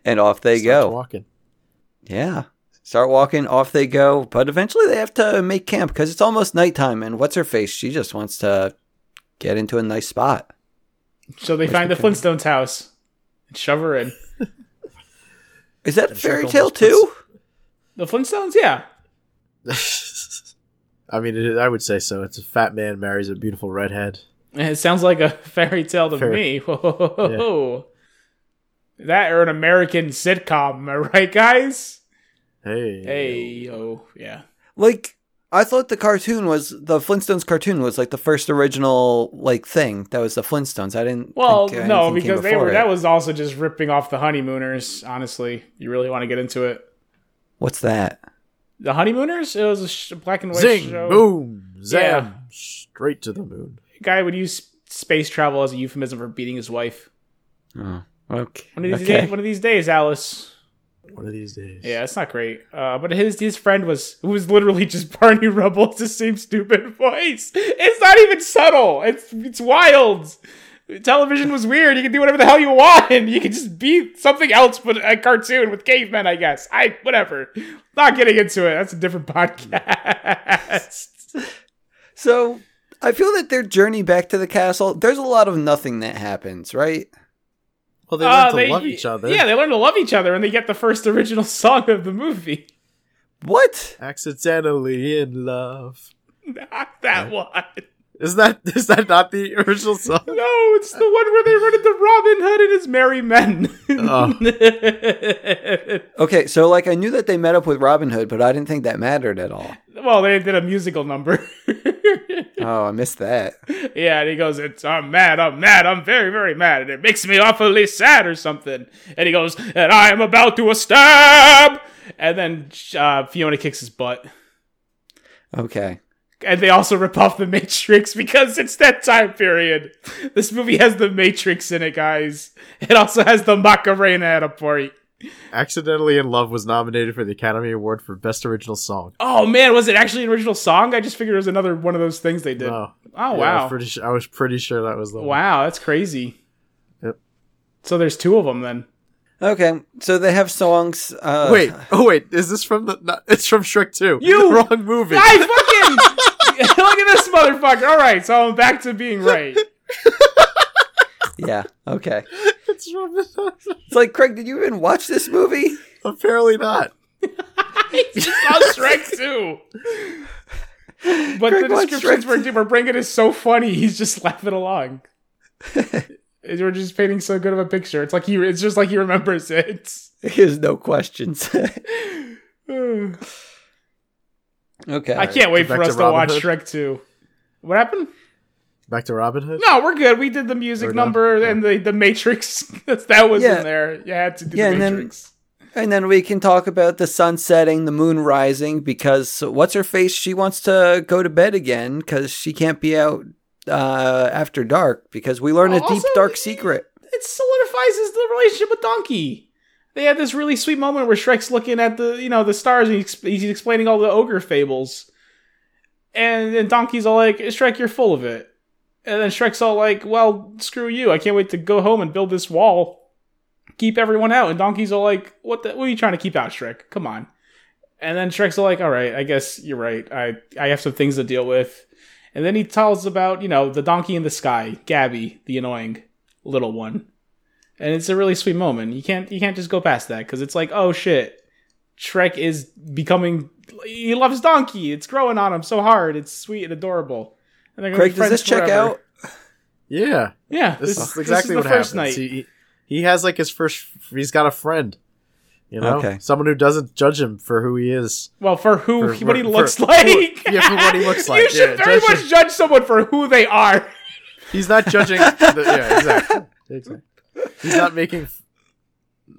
Speaker 2: and off they
Speaker 3: Starts
Speaker 2: go
Speaker 3: walking.
Speaker 2: yeah start walking off they go but eventually they have to make camp because it's almost nighttime and what's her face she just wants to get into a nice spot
Speaker 4: So they find the Flintstones house and shove her in.
Speaker 2: is that a
Speaker 3: Shrek
Speaker 2: fairy
Speaker 3: almost
Speaker 2: tale
Speaker 3: puts-
Speaker 2: too
Speaker 4: The Flintstones, yeah.
Speaker 3: I mean, it, I would say so. It's a fat man marries a beautiful redhead.
Speaker 4: And It sounds like a fairy tale to
Speaker 3: Fairy-
Speaker 4: me. Whoa. That or an American sitcom, am I right, guys?
Speaker 3: Hey,
Speaker 4: Hey, yo, yeah.
Speaker 2: like I thought the cartoon was the Flintstones cartoon was like the first original like thing that was the Flintstones. I didn't.
Speaker 4: Well,
Speaker 2: think uh,
Speaker 4: no,
Speaker 2: anything came
Speaker 4: because they
Speaker 2: before
Speaker 4: were.
Speaker 2: it.
Speaker 4: That was also just ripping off the Honeymooners. Honestly, you really want to get into it?
Speaker 2: What's that?
Speaker 4: The Honeymooners. It was a sh- black and white
Speaker 3: zing,
Speaker 4: show.
Speaker 3: boom, zam,
Speaker 4: Yeah.
Speaker 3: straight to the moon.
Speaker 4: Guy would use sp- space travel as a euphemism for beating his wife. Oh,
Speaker 2: Okay.
Speaker 4: One of these
Speaker 2: okay.
Speaker 4: days, one of these days, Alice.
Speaker 3: One of these days.
Speaker 4: Yeah, it's not great. Uh, but his his friend was who was literally just Barney Rubble. It's the same stupid voice. It's not even subtle. It's it's wild. Television was weird. You can do whatever the hell you want. You can just be something else, but a cartoon with cavemen, I guess. I whatever. Not getting into it. That's a different podcast.
Speaker 2: So I feel that their journey back to the castle. There's a lot of nothing that happens, right?
Speaker 3: Well, they
Speaker 4: Uh,
Speaker 3: learn to love each other.
Speaker 4: Yeah, they learn to love each other, and they get the first original song of the movie.
Speaker 2: What?
Speaker 3: Accidentally in love.
Speaker 4: Not that one.
Speaker 3: Is that is that not the original song?
Speaker 4: No, it's the one where they run into Robin Hood and his merry men.
Speaker 3: Oh,
Speaker 2: Okay, so like I knew that they met up with Robin Hood, but I didn't think that mattered at all.
Speaker 4: well, they did a musical number.
Speaker 2: Oh, I missed that.
Speaker 4: yeah, and he goes, it's, I'm mad, I'm mad, I'm very, very mad, and it makes me awfully sad or something. And he goes, and I am about to a stab. And then uh, Fiona kicks his butt.
Speaker 2: Okay.
Speaker 4: And they also rip off The Matrix because it's that time period. This movie has The Matrix in it, guys. It also has the Macarena at a point.
Speaker 3: Accidentally in love was nominated for the Academy Award for Best Original Song.
Speaker 4: Oh man, was it actually an original song? I just figured it was another one of those things they did.
Speaker 3: Wow.
Speaker 4: Oh
Speaker 3: Yeah, I
Speaker 4: wow,
Speaker 3: was pretty su- I was pretty sure that was the one.
Speaker 4: wow, that's crazy.
Speaker 3: Yep.
Speaker 4: So there's two of them then.
Speaker 2: Okay. So they have songs. Uh,
Speaker 3: Wait, oh wait, is this from the? Not, it's from Shrek Two.
Speaker 4: You-
Speaker 3: wrong movie.
Speaker 4: I fucking Look at this motherfucker. All right, so I'm back to being right.
Speaker 2: yeah. Okay.
Speaker 3: It's from the-
Speaker 2: It's like Craig. Did you even watch this movie?
Speaker 3: Apparently not.
Speaker 4: He saw Shrek too. But
Speaker 2: Greg
Speaker 4: the
Speaker 2: watched
Speaker 4: descriptions
Speaker 2: Shrek
Speaker 4: we're, we're bringing is so funny. He's just laughing along. we're just painting so good of a picture. It's like he. It's just like he remembers it.
Speaker 2: There's no questions.
Speaker 4: I
Speaker 2: okay.
Speaker 4: can't wait
Speaker 3: Back
Speaker 4: for
Speaker 3: to
Speaker 4: us to,
Speaker 3: Robin
Speaker 4: watch
Speaker 3: Hood.
Speaker 4: Shrek two. What happened?
Speaker 3: Back to Robin Hood.
Speaker 4: No, we're good. We did the music
Speaker 3: Or no.
Speaker 4: number and the, the Matrix. that was
Speaker 2: Yeah.
Speaker 4: in there. You had to do
Speaker 2: Yeah,
Speaker 4: the
Speaker 2: and then-
Speaker 4: Matrix.
Speaker 2: And then we can talk about the sun setting, the moon rising, because what's her face? She wants to go to bed again because she can't be out uh, after dark because we learn a deep,
Speaker 4: Also-
Speaker 2: dark secret.
Speaker 4: it solidifies his the relationship with Donkey. They had this really sweet moment where Shrek's looking at the you know the stars and he's, he's explaining all the ogre fables, and then Donkey's all like, "Shrek, you're full of it," and then Shrek's all like, "Well, screw you! I can't wait to go home and build this wall, keep everyone out." And Donkey's all like, "What the? What are you trying to keep out, Shrek? Come on!" And then Shrek's all like, "All right, I guess you're right. I I have some things to deal with." And then he tells about you know the donkey in the sky, Gabby, the annoying little one and it's a really sweet moment you can't you can't just go past that because it's like oh shit shrek is becoming he loves donkey it's growing on him so hard it's sweet and adorable and they're gonna
Speaker 2: Craig,
Speaker 4: be
Speaker 2: does
Speaker 4: friends
Speaker 2: this check
Speaker 4: forever.
Speaker 2: out?
Speaker 3: Yeah.
Speaker 4: yeah
Speaker 3: This, is exactly what happens. He, he has like his first. He's got a friend. You know,
Speaker 2: Okay.
Speaker 3: someone who doesn't judge him for who he is.
Speaker 4: well for who
Speaker 3: For-
Speaker 4: what he
Speaker 3: for-
Speaker 4: looks
Speaker 3: for-
Speaker 4: like
Speaker 3: yeah, for what he looks
Speaker 4: you
Speaker 3: like.
Speaker 4: should
Speaker 3: Yeah,
Speaker 4: very
Speaker 3: judge
Speaker 4: much judge someone for who they are
Speaker 3: He's not judging. the, yeah, exactly. exactly. He's not making.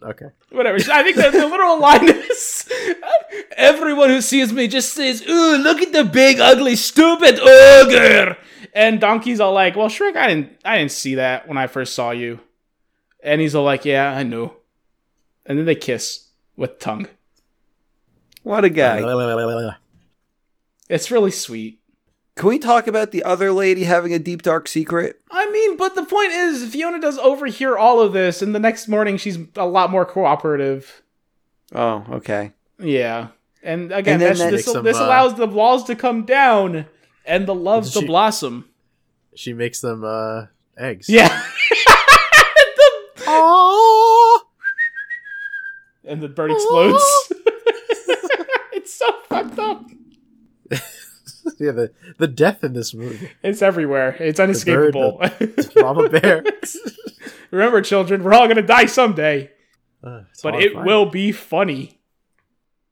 Speaker 3: Okay.
Speaker 4: Whatever. I think the, the literal line is everyone who sees me just says, Ooh, look at the big, ugly, stupid ogre. And Donkey's all like, Well, Shrek, I didn't I didn't see that when I first saw you. And he's all like, Yeah, I know. And then they kiss with tongue.
Speaker 2: What a guy.
Speaker 4: It's really sweet.
Speaker 2: Can we talk about the other lady having a deep, dark secret?
Speaker 4: I mean, but the point is Fiona does overhear all of this, and the next morning she's a lot more cooperative.
Speaker 2: Oh, okay.
Speaker 4: Yeah, and again,
Speaker 2: And then
Speaker 4: that's,
Speaker 2: that-
Speaker 4: this,
Speaker 3: Makes them,
Speaker 4: this
Speaker 3: uh,
Speaker 4: allows the walls to come down and the love to
Speaker 3: She-
Speaker 4: blossom.
Speaker 3: She makes them uh, eggs.
Speaker 4: Yeah. The-
Speaker 3: Oh.
Speaker 4: and the bird explodes. it's so fucked up.
Speaker 3: Yeah. The the death in this movie.
Speaker 4: It's everywhere. It's unescapable.
Speaker 3: Mama bear.
Speaker 4: Remember, children, we're all gonna die someday,
Speaker 3: Uh, it's
Speaker 4: but it
Speaker 3: horrifying.
Speaker 4: will be funny.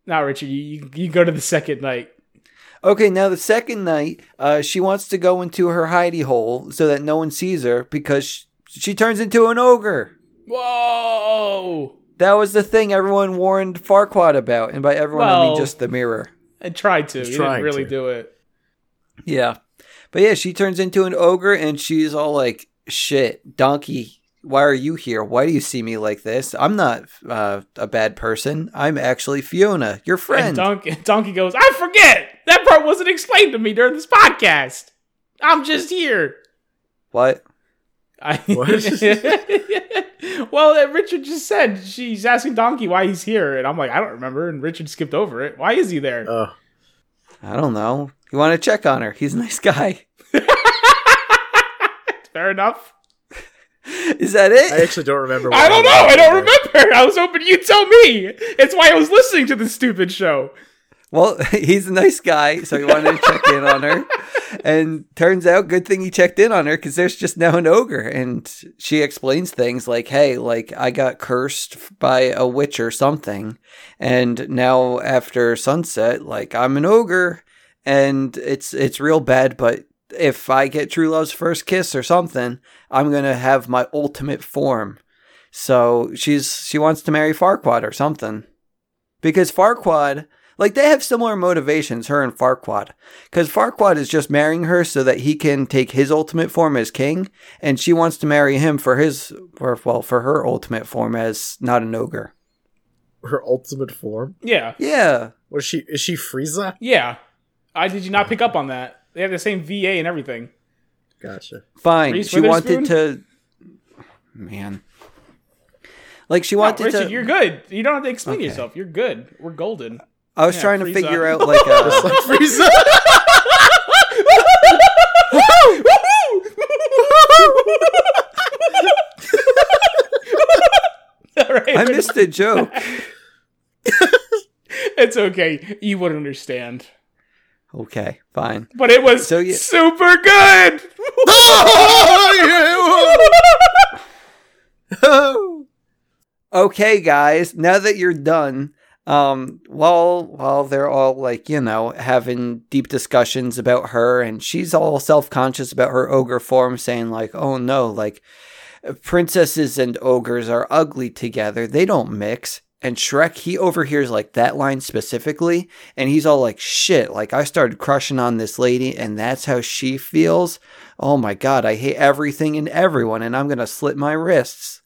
Speaker 4: Now, Richard, you, you you go to the second night.
Speaker 2: Okay, now the second night, uh, she wants to go into her hidey hole so that no one sees her because she, she turns into an ogre.
Speaker 4: Whoa!
Speaker 2: That was the thing everyone warned Farquaad about, and by everyone I
Speaker 4: Well-
Speaker 2: mean just the mirror.
Speaker 4: I tried to.
Speaker 3: He's
Speaker 4: You didn't
Speaker 3: trying
Speaker 4: really
Speaker 3: to.
Speaker 4: do it.
Speaker 2: Yeah. But yeah, she turns into an ogre and she's all like, shit, donkey, why are you here? Why do you see me like this? I'm not uh, a bad person. I'm actually Fiona, your
Speaker 4: And
Speaker 2: friend.
Speaker 4: Donkey, Donkey goes, I forget! That part wasn't explained to me during this podcast. I'm just here.
Speaker 2: what?
Speaker 4: I,
Speaker 3: What?
Speaker 4: well, uh, Richard just said she's asking Donkey why he's here, and I'm like, I don't remember. And Richard skipped over it. Why is he there?
Speaker 2: Uh,
Speaker 3: Oh.
Speaker 2: I don't know. You want to check on her? He's a nice guy.
Speaker 4: Fair enough.
Speaker 2: Is that it?
Speaker 3: I actually don't remember.
Speaker 4: I
Speaker 3: what
Speaker 4: don't know.
Speaker 3: happened
Speaker 4: I don't
Speaker 3: there.
Speaker 4: remember. I was hoping you'd tell me. It's why I was listening to this stupid show.
Speaker 2: Well, he's a nice guy, so he wanted to check in on her. And turns out, good thing he checked in on her because there's just now an ogre. And she explains things like, hey, like I got cursed by a witch or something. And now after sunset, like I'm an ogre and it's it's real bad, but if I get true love's first kiss or something, I'm gonna have my ultimate form. So she's she wants to marry Farquaad or something. Because Farquaad like they have similar motivations, her and Farquaad, because Farquaad is just marrying her so that he can take his ultimate form as king, and she wants to marry him for his, or well, for her ultimate form as not an ogre.
Speaker 3: Her ultimate form.
Speaker 4: Yeah.
Speaker 2: Yeah,
Speaker 3: Was she? Is she Frieza?
Speaker 4: Yeah. I did you not pick up on that? They have the same VA and everything.
Speaker 3: Gotcha.
Speaker 2: fine.
Speaker 4: Reese
Speaker 2: she wanted to,
Speaker 4: Witherspoon?
Speaker 2: man, like she
Speaker 4: No,
Speaker 2: wanted
Speaker 4: Richard,
Speaker 2: to.
Speaker 4: you're good. You don't have to explain
Speaker 2: Okay.
Speaker 4: yourself. You're good. We're golden.
Speaker 2: I was
Speaker 4: yeah, uh,
Speaker 2: trying to
Speaker 4: Frieza.
Speaker 2: figure out like a,
Speaker 3: Frieza.
Speaker 2: just a joke.
Speaker 4: It's okay. You wouldn't understand.
Speaker 2: Okay, fine.
Speaker 4: But it was
Speaker 2: So, yeah.
Speaker 4: super good.
Speaker 2: okay, guys, now that you're done, um, while while they're all like, you know, having deep discussions about her and she's all self-conscious about her ogre form, saying like, oh no, like princesses and ogres are ugly together. They don't mix. And Shrek, he overhears like that line specifically, and he's all like, shit, like I started crushing on this lady, and that's how she feels. Oh my God, I hate everything and everyone, and I'm going to slit my wrists.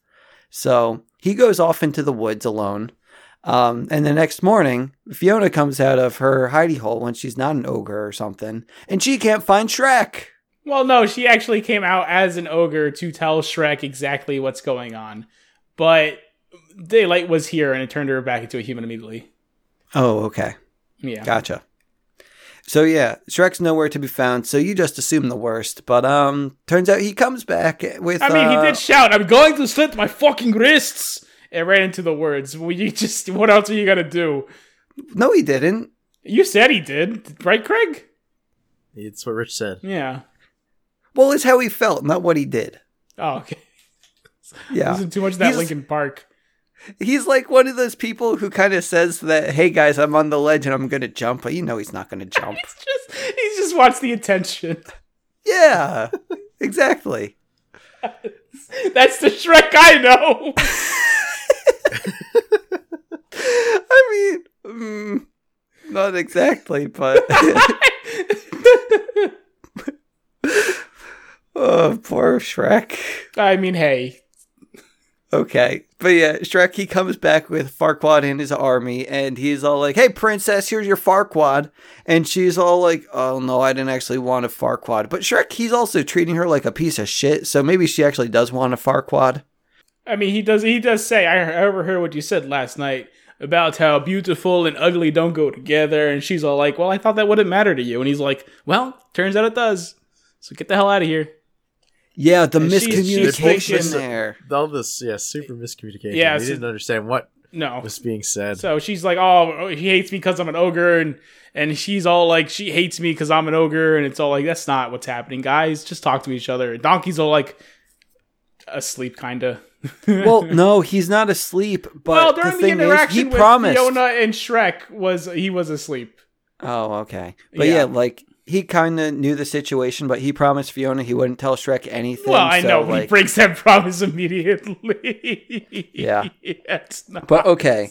Speaker 2: So he goes off into the woods alone. Um, and the next morning, Fiona comes out of her hidey hole when she's not an ogre or something, and she can't find Shrek.
Speaker 4: well, no, she actually came out as an ogre to tell Shrek exactly what's going on. But daylight was here and it turned her back into a human immediately.
Speaker 2: Oh, okay.
Speaker 4: Yeah.
Speaker 2: Gotcha. So yeah, Shrek's nowhere to be found, so you just assume the worst. But um turns out he comes back with
Speaker 4: I mean,
Speaker 2: uh,
Speaker 4: he did shout, "I'm going to slit my fucking wrists." It ran into the words. Well, you just what else are you gonna do?
Speaker 2: No he didn't.
Speaker 4: You said he did, right, Craig?
Speaker 3: It's what Rich said.
Speaker 4: Yeah.
Speaker 2: Well, it's how he felt, not what he did.
Speaker 4: Oh, okay.
Speaker 2: Yeah.
Speaker 4: Isn't too much of that
Speaker 2: He's-
Speaker 4: Lincoln Park.
Speaker 2: He's like one of those people who kind of says that, "Hey guys, I'm on the ledge and I'm going to jump." But you know he's not going to jump.
Speaker 4: He's just he just wants the attention.
Speaker 2: yeah. Exactly.
Speaker 4: That's the Shrek I know.
Speaker 2: I mean, mm, not exactly, but Oh, poor Shrek.
Speaker 4: I mean, hey,
Speaker 2: Okay. But yeah, Shrek, he comes back with Farquaad and his army, and he's all like, hey, princess, here's your Farquaad. And she's all like, oh, no, I didn't actually want a Farquaad. But Shrek, he's also treating her like a piece of shit, so maybe she actually does want a Farquaad.
Speaker 4: I mean, he does he does say I I overheard what you said last night about how beautiful and ugly don't go together, and she's all like, "Well, I thought that wouldn't matter to you," and he's like, "Well, turns out it does." So get the hell out of here.
Speaker 2: Yeah, the
Speaker 4: And she's- she's
Speaker 2: miscommunication
Speaker 4: thinking-
Speaker 2: there.
Speaker 3: All this, yeah, super miscommunication.
Speaker 4: Yeah,
Speaker 3: Yeah,
Speaker 4: so-
Speaker 3: he didn't understand what
Speaker 4: No.
Speaker 3: was being said.
Speaker 4: So she's like, "Oh, he hates me because I'm an ogre," and and she's all like, "She hates me because I'm an ogre," and it's all like, "That's not what's happening, guys. Just talk to each other." And Donkey's all like, asleep, kinda.
Speaker 2: well, no, he's not asleep, but
Speaker 4: well,
Speaker 2: the
Speaker 4: during the,
Speaker 2: thing
Speaker 4: interaction
Speaker 2: is, he
Speaker 4: with
Speaker 2: promised.
Speaker 4: Fiona and Shrek was he was asleep.
Speaker 2: Oh, okay. But
Speaker 4: Yeah.
Speaker 2: yeah, like, he kind of knew the situation, but he promised Fiona he wouldn't tell Shrek anything.
Speaker 4: Well, I
Speaker 2: so,
Speaker 4: know he
Speaker 2: like-
Speaker 4: breaks that promise immediately.
Speaker 2: Yeah.
Speaker 4: it's not.
Speaker 2: But okay.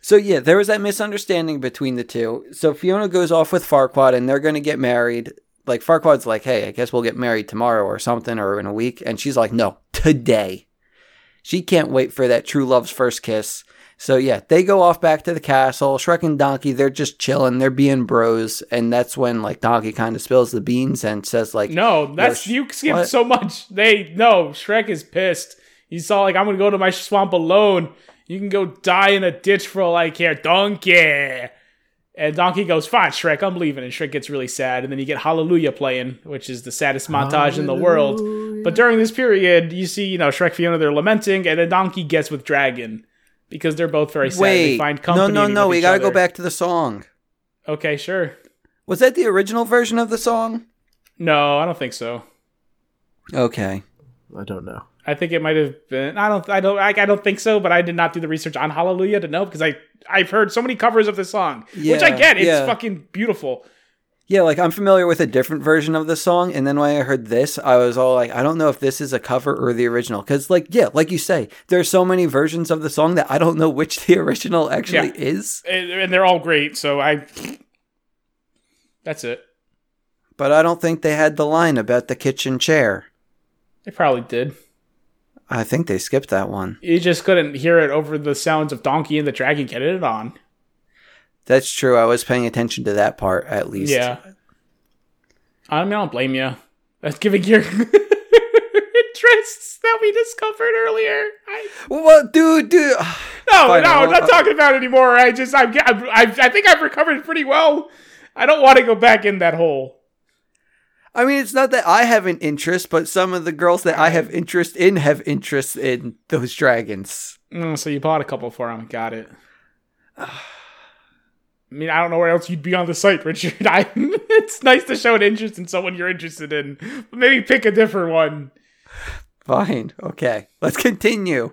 Speaker 2: So yeah, there was that misunderstanding between the two. So Fiona goes off with Farquaad and they're going to get married. Like Farquaad's like, "Hey, I guess we'll get married tomorrow or something or in a week." And she's like, "No, today." She can't wait for that true love's first kiss. So yeah, they go off back to the castle. Shrek and Donkey, they're just chilling. They're being bros, and that's when like Donkey kind of spills the beans and says like,
Speaker 4: no, that's
Speaker 2: Sh-
Speaker 4: you skipped
Speaker 2: what?
Speaker 4: so much. They no, Shrek is pissed. He's all like, "I'm gonna go to my swamp alone. You can go die in a ditch for all I care, donkey." And Donkey goes, "Fine, Shrek, I'm leaving." And Shrek gets really sad, and then you get Hallelujah playing, which is the saddest montage in the world. But during this period, you see, you know, Shrek, Fiona, they're lamenting, and then Donkey gets with Dragon because they're both very sad. they
Speaker 2: "Wait,
Speaker 4: find
Speaker 2: no,
Speaker 4: company.
Speaker 2: no, no,
Speaker 4: with
Speaker 2: we
Speaker 4: each
Speaker 2: gotta go
Speaker 4: other.
Speaker 2: back to the song."
Speaker 4: Okay, sure.
Speaker 2: Was that the original version of the song?
Speaker 4: No, I don't think so.
Speaker 2: Okay.
Speaker 3: I don't know.
Speaker 4: I think it might have been. I don't. I don't. I, I don't think so. But I did not do the research on Hallelujah to know because I I've heard so many covers of this song, which I
Speaker 2: Yeah,
Speaker 4: get. It's
Speaker 2: yeah.
Speaker 4: fucking beautiful.
Speaker 2: Yeah, like I'm familiar with a different version of the song, and then when I heard this, I was all like, I don't know if this is a cover or the original, because like, yeah, like you say, there's so many versions of the song that I don't know which the original actually
Speaker 4: Yeah.
Speaker 2: is.
Speaker 4: And, and they're all great. So I. That's it.
Speaker 2: But I don't think they had the line about the kitchen chair.
Speaker 4: They probably did.
Speaker 2: I think they skipped that one.
Speaker 4: You just couldn't hear it over the sounds of Donkey and the Dragon getting it on.
Speaker 2: That's true. I was paying attention to that part at least.
Speaker 4: Yeah. I mean, I don't blame you. That's giving your interests that we discovered earlier. I
Speaker 2: Well, dude, dude.
Speaker 4: No,
Speaker 2: Fine,
Speaker 4: no,
Speaker 2: I'll-
Speaker 4: I'm not
Speaker 2: I'll-
Speaker 4: talking about it anymore. I just, I'm, I'm, i I think I've recovered pretty well. I don't want to go back in that hole.
Speaker 2: I mean, it's not that I have an interest, but some of the girls that I have interest in have interest in those dragons.
Speaker 4: Mm, so you bought a couple for him. Got it. I mean, I don't know where else you'd be on the site, Richard. I, it's nice to show an interest in someone you're interested in, but maybe pick a different one.
Speaker 2: Fine. Okay. Let's continue.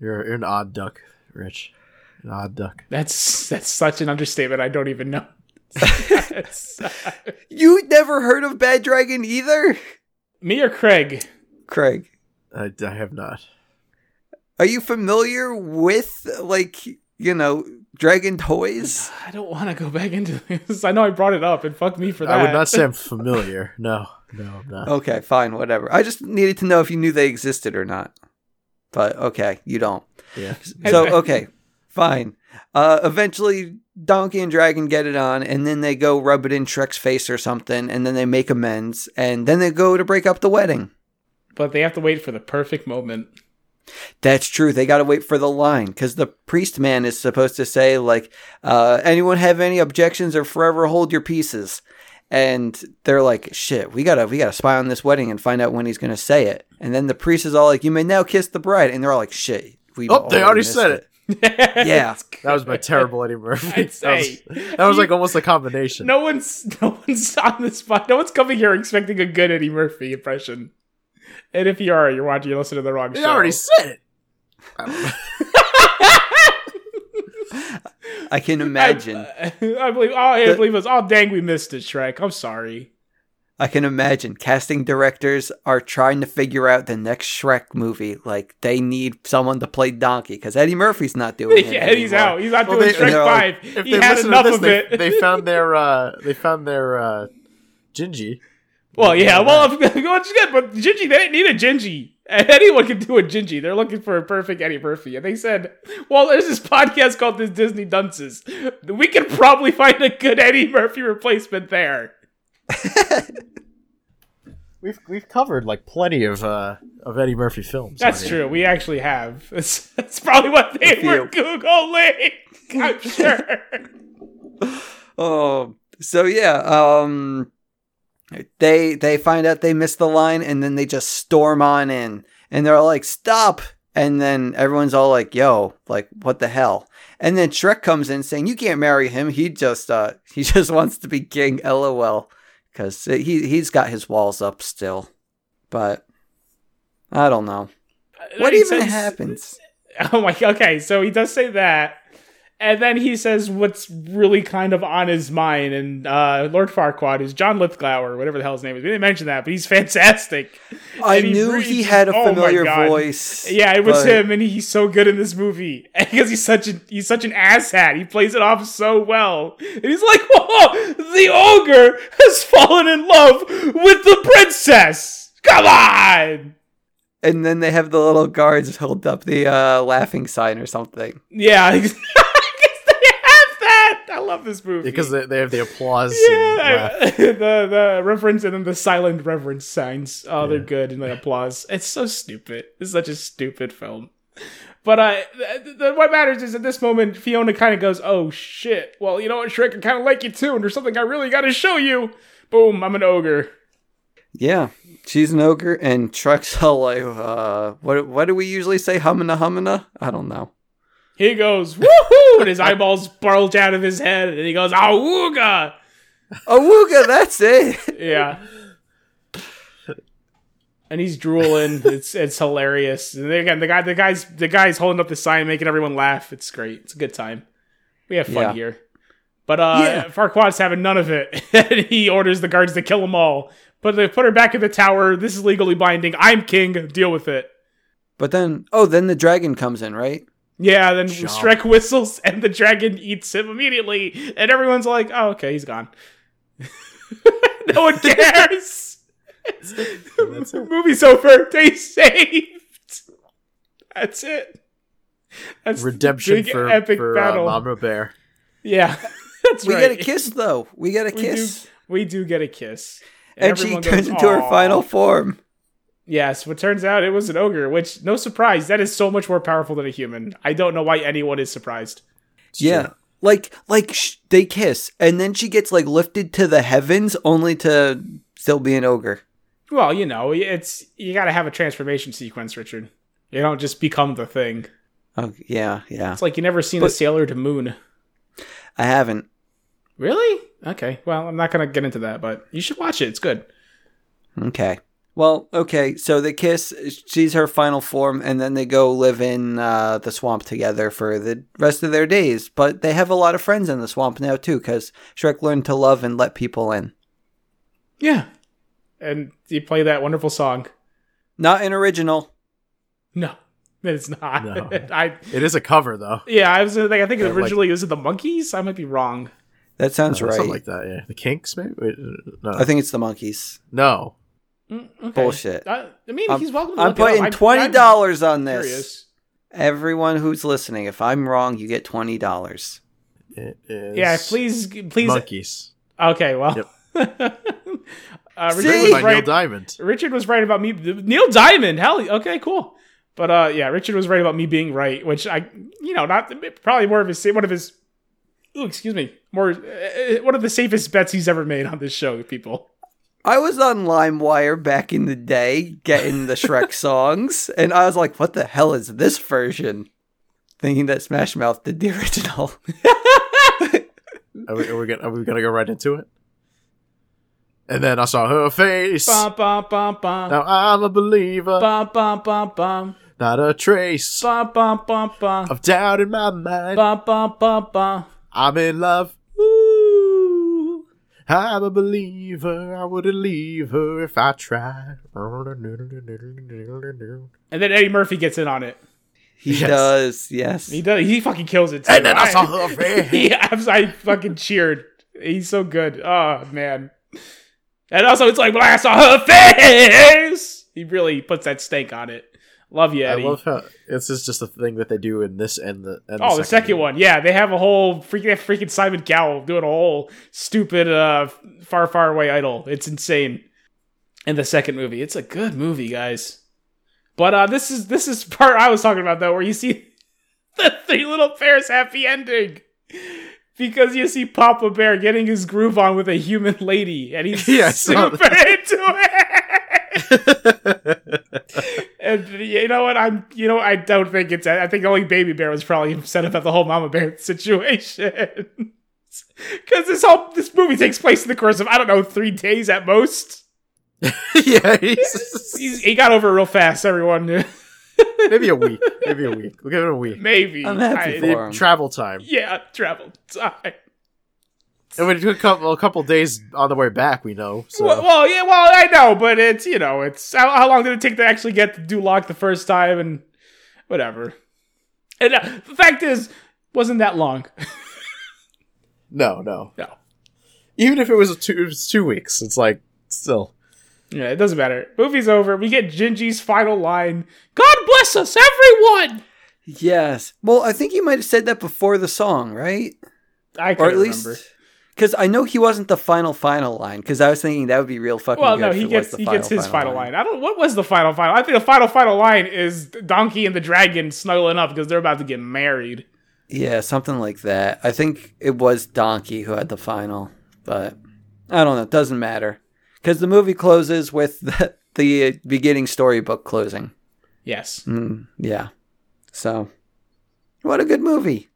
Speaker 3: You're, you're an odd duck, Rich. An odd duck.
Speaker 4: That's that's such an understatement. I don't even know. That's-
Speaker 2: You never heard of Bad Dragon either?
Speaker 4: me or Craig?
Speaker 2: Craig,
Speaker 3: I, I have not.
Speaker 2: are you familiar with, like, you know, dragon toys?
Speaker 4: I don't want to go back into this. I know I brought it up, and fuck me for that. Oh.
Speaker 3: I would not say I'm familiar. No, no, I'm not.
Speaker 2: Okay, fine, whatever. I just needed to know if you knew they existed or not. But okay, you don't.
Speaker 3: Yeah.
Speaker 2: So okay, fine. Uh, eventually, Donkey and Dragon get it on, and then they go rub it in Shrek's face or something, and then they make amends, and then they go to break up the wedding.
Speaker 4: But they have to wait for the perfect moment.
Speaker 2: That's true. They got to wait for the line because the priest man is supposed to say like, uh, "Anyone have any objections or forever hold your pieces." And they're like, "Shit, we gotta we gotta spy on this wedding and find out when he's gonna say it." And then the priest is all like, "You may now kiss the bride," and they're all like, "Shit, we
Speaker 3: Oh, they already said it.
Speaker 2: Yeah.
Speaker 3: That was my terrible Eddie Murphy.
Speaker 4: I'd say.
Speaker 3: That was, that was like almost a combination.
Speaker 4: No one's no one's on the spot. No one's coming here expecting a good Eddie Murphy impression. And if you are, you're watching, you listen to the wrong
Speaker 3: they
Speaker 4: show.
Speaker 3: already said it.
Speaker 2: I can imagine."
Speaker 4: I, I believe. Oh, I
Speaker 2: The-
Speaker 4: believe it was. Oh, dang, we missed it, Shrek. I'm sorry.
Speaker 2: I can imagine casting directors are trying to figure out the next Shrek movie. Like they need someone to play Donkey because Eddie Murphy's not doing it.
Speaker 4: yeah, he's
Speaker 2: anymore.
Speaker 4: out. He's not
Speaker 3: Oh, Well,
Speaker 4: doing
Speaker 3: they-
Speaker 4: Shrek
Speaker 2: they're
Speaker 4: Five.
Speaker 2: like,
Speaker 3: If
Speaker 4: he
Speaker 3: they
Speaker 4: had
Speaker 3: listen
Speaker 4: enough
Speaker 3: to this,
Speaker 4: of
Speaker 3: they,
Speaker 4: it.
Speaker 3: they found their uh they found their uh Gingy.
Speaker 4: well, yeah. Well, if, well, it's good, but Gingy, they didn't need a Gingy. Anyone can do a Gingy. They're looking for a perfect Eddie Murphy, and they said, "Well, there's this podcast called This Disney Dunces. We could probably find a good Eddie Murphy replacement there."
Speaker 3: We've we've covered like plenty of uh of Eddie Murphy films.
Speaker 4: That's
Speaker 3: on here.
Speaker 4: true. We actually have. That's, that's probably what they
Speaker 2: A
Speaker 4: were googling. I'm sure.
Speaker 2: Oh, so yeah. Um, they they find out they missed the line and then they just storm on in and they're like, "Stop!" And then everyone's all like, "Yo, like what the hell?" And then Shrek comes in saying, "You can't marry him. He just uh he just wants to be king." LOL, because he he's got his walls up still, but I don't know what
Speaker 4: He
Speaker 2: even
Speaker 4: says-
Speaker 2: happens.
Speaker 4: Oh my. Okay, so he does say that, and then he says what's really kind of on his mind. And uh, Lord Farquaad is John Lithgow or whatever the hell his name is. We didn't mention that, but he's fantastic.
Speaker 2: I
Speaker 4: and he
Speaker 2: knew he
Speaker 4: reads-
Speaker 2: had a
Speaker 4: oh my
Speaker 2: familiar
Speaker 4: God.
Speaker 2: voice.
Speaker 4: Yeah, it was
Speaker 2: but-
Speaker 4: him, and he's so good in this movie because he's such a he's such an asshat. He plays it off so well, and he's like, "Whoa, the ogre has fallen in love with the princess." Come on.
Speaker 2: and then they have the little guards hold up the uh, laughing sign or something.
Speaker 4: Yeah, I guess they have that. I love this movie
Speaker 3: Because they, they have the applause. and
Speaker 4: Yeah,
Speaker 3: laugh.
Speaker 4: I- the the reference and then the silent reverence signs. Oh, they're good and the applause. It's so stupid. It's such a stupid film. But uh, th- th- what matters is at this moment, Fiona kind of goes, "Oh shit! Well, you know what, Shrek, I kind of like you too, and there's something I really got to show you." Boom! I'm an ogre.
Speaker 2: Yeah, she's an ogre, and Shrek's all like, uh, what, what do we usually say? Humina humina? I don't know.
Speaker 4: He goes, "Woohoo!" and his eyeballs bulge out of his head, and he goes, "Awooga!"
Speaker 2: Awooga, that's it.
Speaker 4: Yeah. And he's drooling. It's it's hilarious. And then again, the guy, the guys, the guys holding up the sign, making everyone laugh. It's great. It's a good time. We have fun
Speaker 2: Yeah.
Speaker 4: here. But uh,
Speaker 2: Yeah.
Speaker 4: Farquaad's having none of it. and he orders the guards to kill them all. But they put her back in the tower. This is legally binding. I'm king. Deal with it.
Speaker 2: But then, oh, then the dragon comes in, right?
Speaker 4: Yeah. Then
Speaker 3: Jump.
Speaker 4: Shrek whistles, and the dragon eats him immediately. And everyone's like, "Oh, okay, he's gone." no one cares.
Speaker 3: That's
Speaker 4: the
Speaker 3: it.
Speaker 4: movie's over. They saved. That's it. That's the
Speaker 3: Redemption
Speaker 4: big
Speaker 3: for,
Speaker 4: epic
Speaker 3: for
Speaker 4: battle.
Speaker 3: Uh, Mama Bear.
Speaker 4: yeah, that's
Speaker 2: We
Speaker 4: right.
Speaker 2: get a kiss, though. We get a
Speaker 4: We
Speaker 2: kiss.
Speaker 4: Do, we do get a kiss,
Speaker 2: And she
Speaker 4: everyone
Speaker 2: turns
Speaker 4: goes,
Speaker 2: into her
Speaker 4: "Aw."
Speaker 2: final form.
Speaker 4: Yes, but turns out it was an ogre. Which, no surprise, that is so much more powerful than a human. I don't know why anyone is surprised.
Speaker 2: Yeah. Like, like sh- they kiss, and then she gets like lifted to the heavens, only to still be an ogre.
Speaker 4: Well, you know, it's you got to have a transformation sequence, Richard. You don't just become the thing.
Speaker 2: Oh yeah, yeah.
Speaker 4: It's like you never seen a
Speaker 2: But-
Speaker 4: sailor to moon.
Speaker 2: I haven't.
Speaker 4: Really? Okay. Well, I'm not gonna get into that, but you should watch it. It's good.
Speaker 2: Okay. Well, okay. So the kiss, she's her final form, and then they go live in uh, the swamp together for the rest of their days. But they have a lot of friends in the swamp now too, because Shrek learned to love and let people in.
Speaker 4: Yeah. And you play that wonderful song.
Speaker 2: Not an original.
Speaker 4: No, it's not.
Speaker 3: No.
Speaker 4: I
Speaker 3: It is a cover though.
Speaker 4: yeah, I was like, I think
Speaker 3: Yeah, like-
Speaker 4: originally it was the monkeys. I might be wrong.
Speaker 2: That sounds
Speaker 3: Uh,
Speaker 2: right.
Speaker 3: Something like that. Yeah, the Kinks maybe. Wait, uh, No,
Speaker 2: I think it's the monkeys.
Speaker 3: no.
Speaker 4: Mm, okay.
Speaker 2: Bullshit.
Speaker 4: Uh, I mean,
Speaker 2: I'm-
Speaker 4: he's welcome. To
Speaker 2: I'm
Speaker 4: look it up.
Speaker 2: putting
Speaker 4: I-
Speaker 2: twenty
Speaker 4: I'm
Speaker 2: dollars on this.
Speaker 4: curious.
Speaker 2: Everyone who's listening, if I'm wrong, you get twenty dollars.
Speaker 3: It is
Speaker 4: Yeah, please, please.
Speaker 3: monkeys.
Speaker 4: Okay, well. uh,
Speaker 2: See?
Speaker 4: Richard,
Speaker 2: He's
Speaker 3: By
Speaker 4: was
Speaker 3: Neil
Speaker 4: right,
Speaker 3: Diamond.
Speaker 4: Richard was right about me. Neil Diamond, hell, okay, cool. But uh, yeah, Richard was right about me being right, which I, you know, not probably more of his one of his, ooh, excuse me, more uh, one of the safest bets he's ever made on this show, people.
Speaker 2: I was on LimeWire back in the day getting the Shrek songs, and I was like, what the hell is this version? Thinking that Smash Mouth did the original.
Speaker 3: Are we, are we gonna are we gonna go right into it? And then I saw her face.
Speaker 4: Bum, bum, bum, bum.
Speaker 3: Now I'm a believer,
Speaker 4: Bum, bum, bum, bum.
Speaker 3: not a trace
Speaker 4: Bum, bum, bum, bum.
Speaker 3: of doubt in my mind.
Speaker 4: Bum, bum, bum, bum.
Speaker 3: I'm in love.
Speaker 4: Ooh.
Speaker 3: I'm a believer. I wouldn't leave her if I tried.
Speaker 4: And then Eddie Murphy gets in on it.
Speaker 2: He
Speaker 3: Yes.
Speaker 2: does, yes.
Speaker 4: He does. He fucking kills it. Too.
Speaker 3: And then I
Speaker 4: I-
Speaker 3: saw her face.
Speaker 4: yeah, I, was- I fucking cheered. He's so good. Oh man. And also, it's like when I saw her face. He really puts that stake on it. Love you,
Speaker 3: I
Speaker 4: Eddie.
Speaker 3: love how this is just a thing that they do in this and the and
Speaker 4: oh, the second
Speaker 3: one.
Speaker 4: one. Yeah, they have a whole freaking they have freaking Simon Cowell doing a whole stupid uh far far away idol. It's insane. And the second movie, it's a good movie, guys. But uh this is this is part I was talking about though, where you see the three little bears happy ending. Because you see Papa Bear getting his groove on with a human lady, and he's
Speaker 3: Yeah, I saw
Speaker 4: super into it. And you know what? I'm. You know, I don't think it's. I think only Baby Bear was probably upset about the whole Mama Bear situation. Because this whole this movie takes place in the course of I don't know three days at most.
Speaker 3: yeah, he's-
Speaker 4: He's, he got over it real fast. Everyone,
Speaker 3: maybe a week. Maybe a week. We'll give it a week.
Speaker 4: maybe.
Speaker 2: I'm happy
Speaker 4: I-
Speaker 2: for- Forum.
Speaker 3: The travel time.
Speaker 4: Yeah, travel time.
Speaker 3: And we took a couple, a couple days on the way back, we know. So
Speaker 4: Well, well, yeah, well, I know, but it's you know, it's how, how long did it take to actually get to Duloc the first time and whatever. And uh, the fact is, wasn't that long.
Speaker 3: no, no.
Speaker 4: no.
Speaker 3: Even if it was two, it was two weeks, it's like still.
Speaker 4: Yeah, it doesn't matter. Movie's over. We get Gingy's final line. God bless us, everyone.
Speaker 2: Yes. Well, I think you might have said that before the song, right?
Speaker 4: I
Speaker 2: Or
Speaker 4: can't
Speaker 2: at least.
Speaker 4: remember.
Speaker 2: Because I know he wasn't the final, final line, because I was thinking that would be real fucking
Speaker 4: Well,
Speaker 2: good
Speaker 4: no,
Speaker 2: if
Speaker 4: he
Speaker 2: it was
Speaker 4: gets
Speaker 2: the
Speaker 4: he gets his final line. I don't. What was the final final? I think the final final line is Donkey and the Dragon snuggling up because they're about to get married.
Speaker 2: Yeah, something like that. I think it was Donkey who had the final, but I don't know. It doesn't matter because the movie closes with the, the beginning storybook closing.
Speaker 4: Yes.
Speaker 2: Mm, yeah, so what a good movie.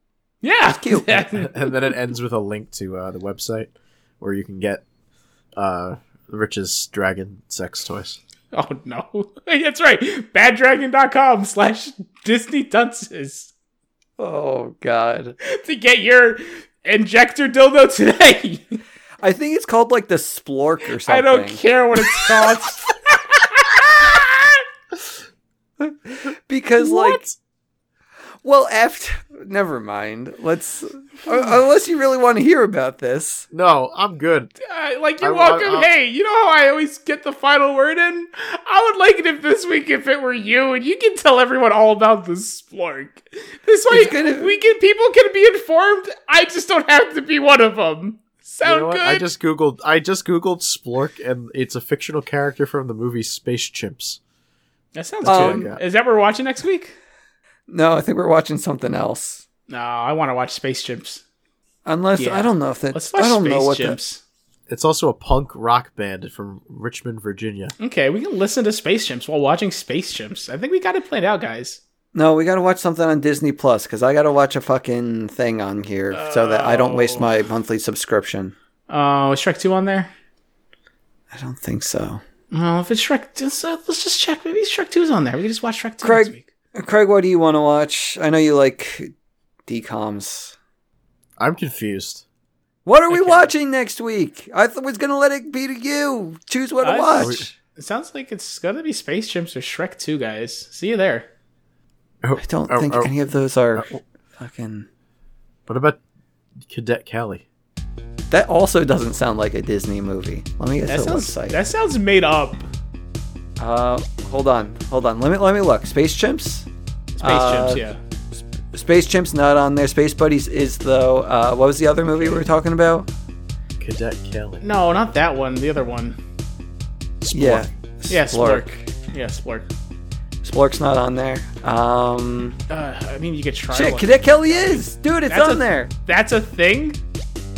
Speaker 4: Yeah.
Speaker 2: cute.
Speaker 3: And then it ends with a link to uh, the website where you can get uh, Rich's dragon sex toys.
Speaker 4: oh no, that's right. Baddragon.com slash Disney Dunces
Speaker 2: Oh God,
Speaker 4: to get your injector dildo today.
Speaker 2: I think it's called like the Splork or something.
Speaker 4: I don't care what it's called.
Speaker 2: because like. Well, after never mind. Let's uh, unless you really want to hear about this.
Speaker 3: No, I'm good.
Speaker 4: Uh, like you're
Speaker 3: I- I-
Speaker 4: welcome.
Speaker 3: I-
Speaker 4: hey, you know how I always get the final word in? I would like it if this week if it were you and you can tell everyone all about the splork. This way
Speaker 2: It's gonna-
Speaker 4: we can people can be informed. I just don't have to be one of them.
Speaker 3: You
Speaker 4: Sound
Speaker 3: know what?
Speaker 4: good?
Speaker 3: I just googled. I just googled Splork, and it's a fictional character from the movie Space Chimps.
Speaker 4: that sounds
Speaker 2: That's
Speaker 3: good.
Speaker 4: good. Is that what we're watching next week?
Speaker 2: No, I think we're watching something else.
Speaker 4: No, I want to watch Space Chimps.
Speaker 2: Unless
Speaker 4: Yeah.
Speaker 2: I don't know if that
Speaker 4: Let's
Speaker 2: I
Speaker 4: watch
Speaker 2: don't
Speaker 4: Space
Speaker 2: know what that
Speaker 4: Chimps.
Speaker 3: Is It's also a punk rock band from Richmond, Virginia.
Speaker 4: Okay, we can listen to Space Chimps while watching Space Chimps. I think we got it planned out, guys.
Speaker 2: No, we gotta watch something on Disney Plus because I gotta watch a fucking thing on here so that I don't waste my monthly subscription.
Speaker 4: Oh, is Shrek 2 on there?
Speaker 2: I don't think so.
Speaker 4: Oh, if it's Shrek, just, uh, let's just check. Maybe Shrek 2 is on there. We can just watch Shrek 2
Speaker 2: Craig-
Speaker 4: next week.
Speaker 2: Craig, what do you want to watch? I know you like DComs.
Speaker 3: I'm confused.
Speaker 2: What are we watching next week? I th- was gonna let it be to you. Choose what to
Speaker 4: I-
Speaker 2: watch.
Speaker 4: It sounds like it's gonna be Space Chimps or Shrek 2, guys. See you there.
Speaker 3: Oh,
Speaker 2: I don't think any of those are fucking.
Speaker 3: What about Cadet Kelly?
Speaker 2: That also doesn't sound like a Disney movie. Let me get
Speaker 4: That
Speaker 2: to the
Speaker 4: sounds
Speaker 2: website.
Speaker 4: that sounds made up.
Speaker 2: Uh, hold on, hold on. Let me let me look. Space Chimps.
Speaker 4: Space
Speaker 2: Uh,
Speaker 4: Chimps, yeah.
Speaker 2: Space Chimps not on there. Space Buddies is though. Uh, what was the other movie we were talking about?
Speaker 3: Cadet Kelly.
Speaker 4: No, not that one. The other one.
Speaker 2: Yeah.
Speaker 4: Yeah, Splork.
Speaker 2: Splork.
Speaker 4: Yeah, Splork.
Speaker 2: Splork's not on there. Um,
Speaker 4: Uh, I mean, you could try.
Speaker 2: shit,
Speaker 4: one.
Speaker 2: Cadet Kelly is, dude. It's
Speaker 4: That's
Speaker 2: on
Speaker 4: a-
Speaker 2: there.
Speaker 4: That's a thing.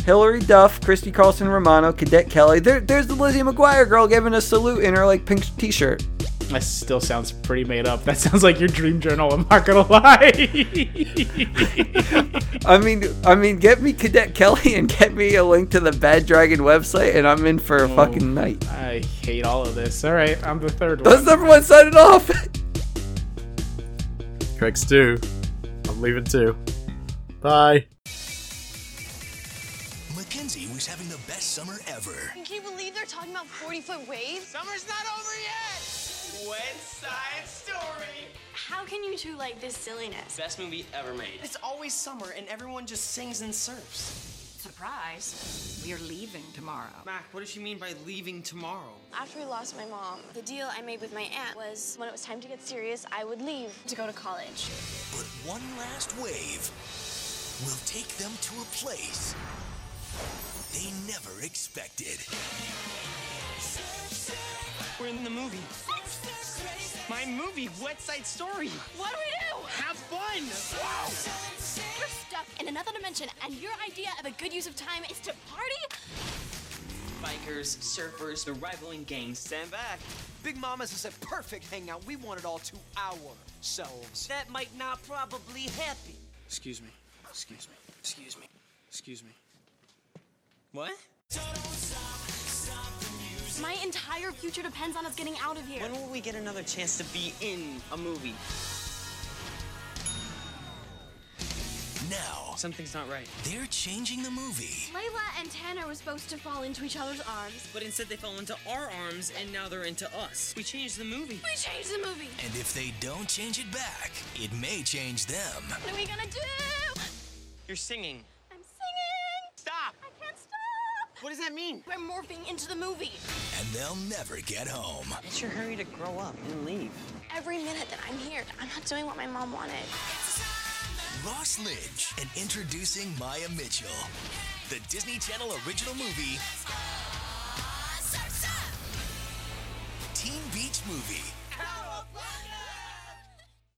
Speaker 2: Hillary Duff, Christy Carlson Romano, Cadet Kelly. There, there's the Lizzie McGuire girl giving a salute in her like pink t-shirt.
Speaker 4: That still sounds pretty made up. That sounds like your dream journal. I'm not gonna lie.
Speaker 2: I mean, I mean, get me Cadet Kelly and get me a link to the Bad Dragon website, and I'm in
Speaker 4: Oh.
Speaker 2: for a fucking night.
Speaker 4: I hate all of this. All right, I'm the third one.
Speaker 2: That's number one. Signing off.
Speaker 3: Craig's too. I'm leaving too. Bye.
Speaker 5: Mackenzie was having the best summer ever.
Speaker 6: Can you believe they're talking about 40 foot waves?
Speaker 7: Summer's not over yet! West Side Story!
Speaker 6: How can you two like this silliness?
Speaker 8: Best movie ever made.
Speaker 7: It's always summer and everyone just sings and surfs.
Speaker 9: Surprise. We're leaving tomorrow.
Speaker 8: Mac, what does she mean by leaving tomorrow?
Speaker 6: After I lost my mom, the deal I made with my aunt was when it was time to get serious, I would leave to go to college.
Speaker 5: But one last wave will take them to a place they never expected.
Speaker 8: We're in the movie. My movie, West Side Story.
Speaker 6: What do we do?
Speaker 8: Have fun!
Speaker 6: You're stuck in another dimension, and your idea of a good use of time is to party?
Speaker 8: Bikers, surfers, the rivaling gangs stand back.
Speaker 7: Big Mama's is a perfect hangout. We want it all to ourselves.
Speaker 8: That might not probably happen. Excuse me. Excuse me. Excuse me. Excuse me. What?
Speaker 6: My entire future depends on us getting out of here.
Speaker 8: When will we get another chance to be in a movie?
Speaker 5: Now,
Speaker 8: Something's not right.
Speaker 5: they're changing the movie.
Speaker 6: Layla and Tanner were supposed to fall into each other's arms.
Speaker 8: But instead, they fell into our arms, and now they're into us. We changed the movie.
Speaker 6: We changed the movie.
Speaker 5: And if they don't change it back, it may change them.
Speaker 6: What are we gonna do?
Speaker 8: You're singing.
Speaker 6: I'm singing.
Speaker 8: Stop!
Speaker 6: I can't stop.
Speaker 8: What does that mean?
Speaker 6: We're morphing into the movie.
Speaker 5: And they'll never get home.
Speaker 8: It's your hurry to grow up and leave.
Speaker 6: Every minute that I'm here, I'm not doing what my mom wanted.
Speaker 5: Ross Lynch and introducing Maya Mitchell. The Disney Channel original movie, Teen Beach Movie.
Speaker 7: Ow!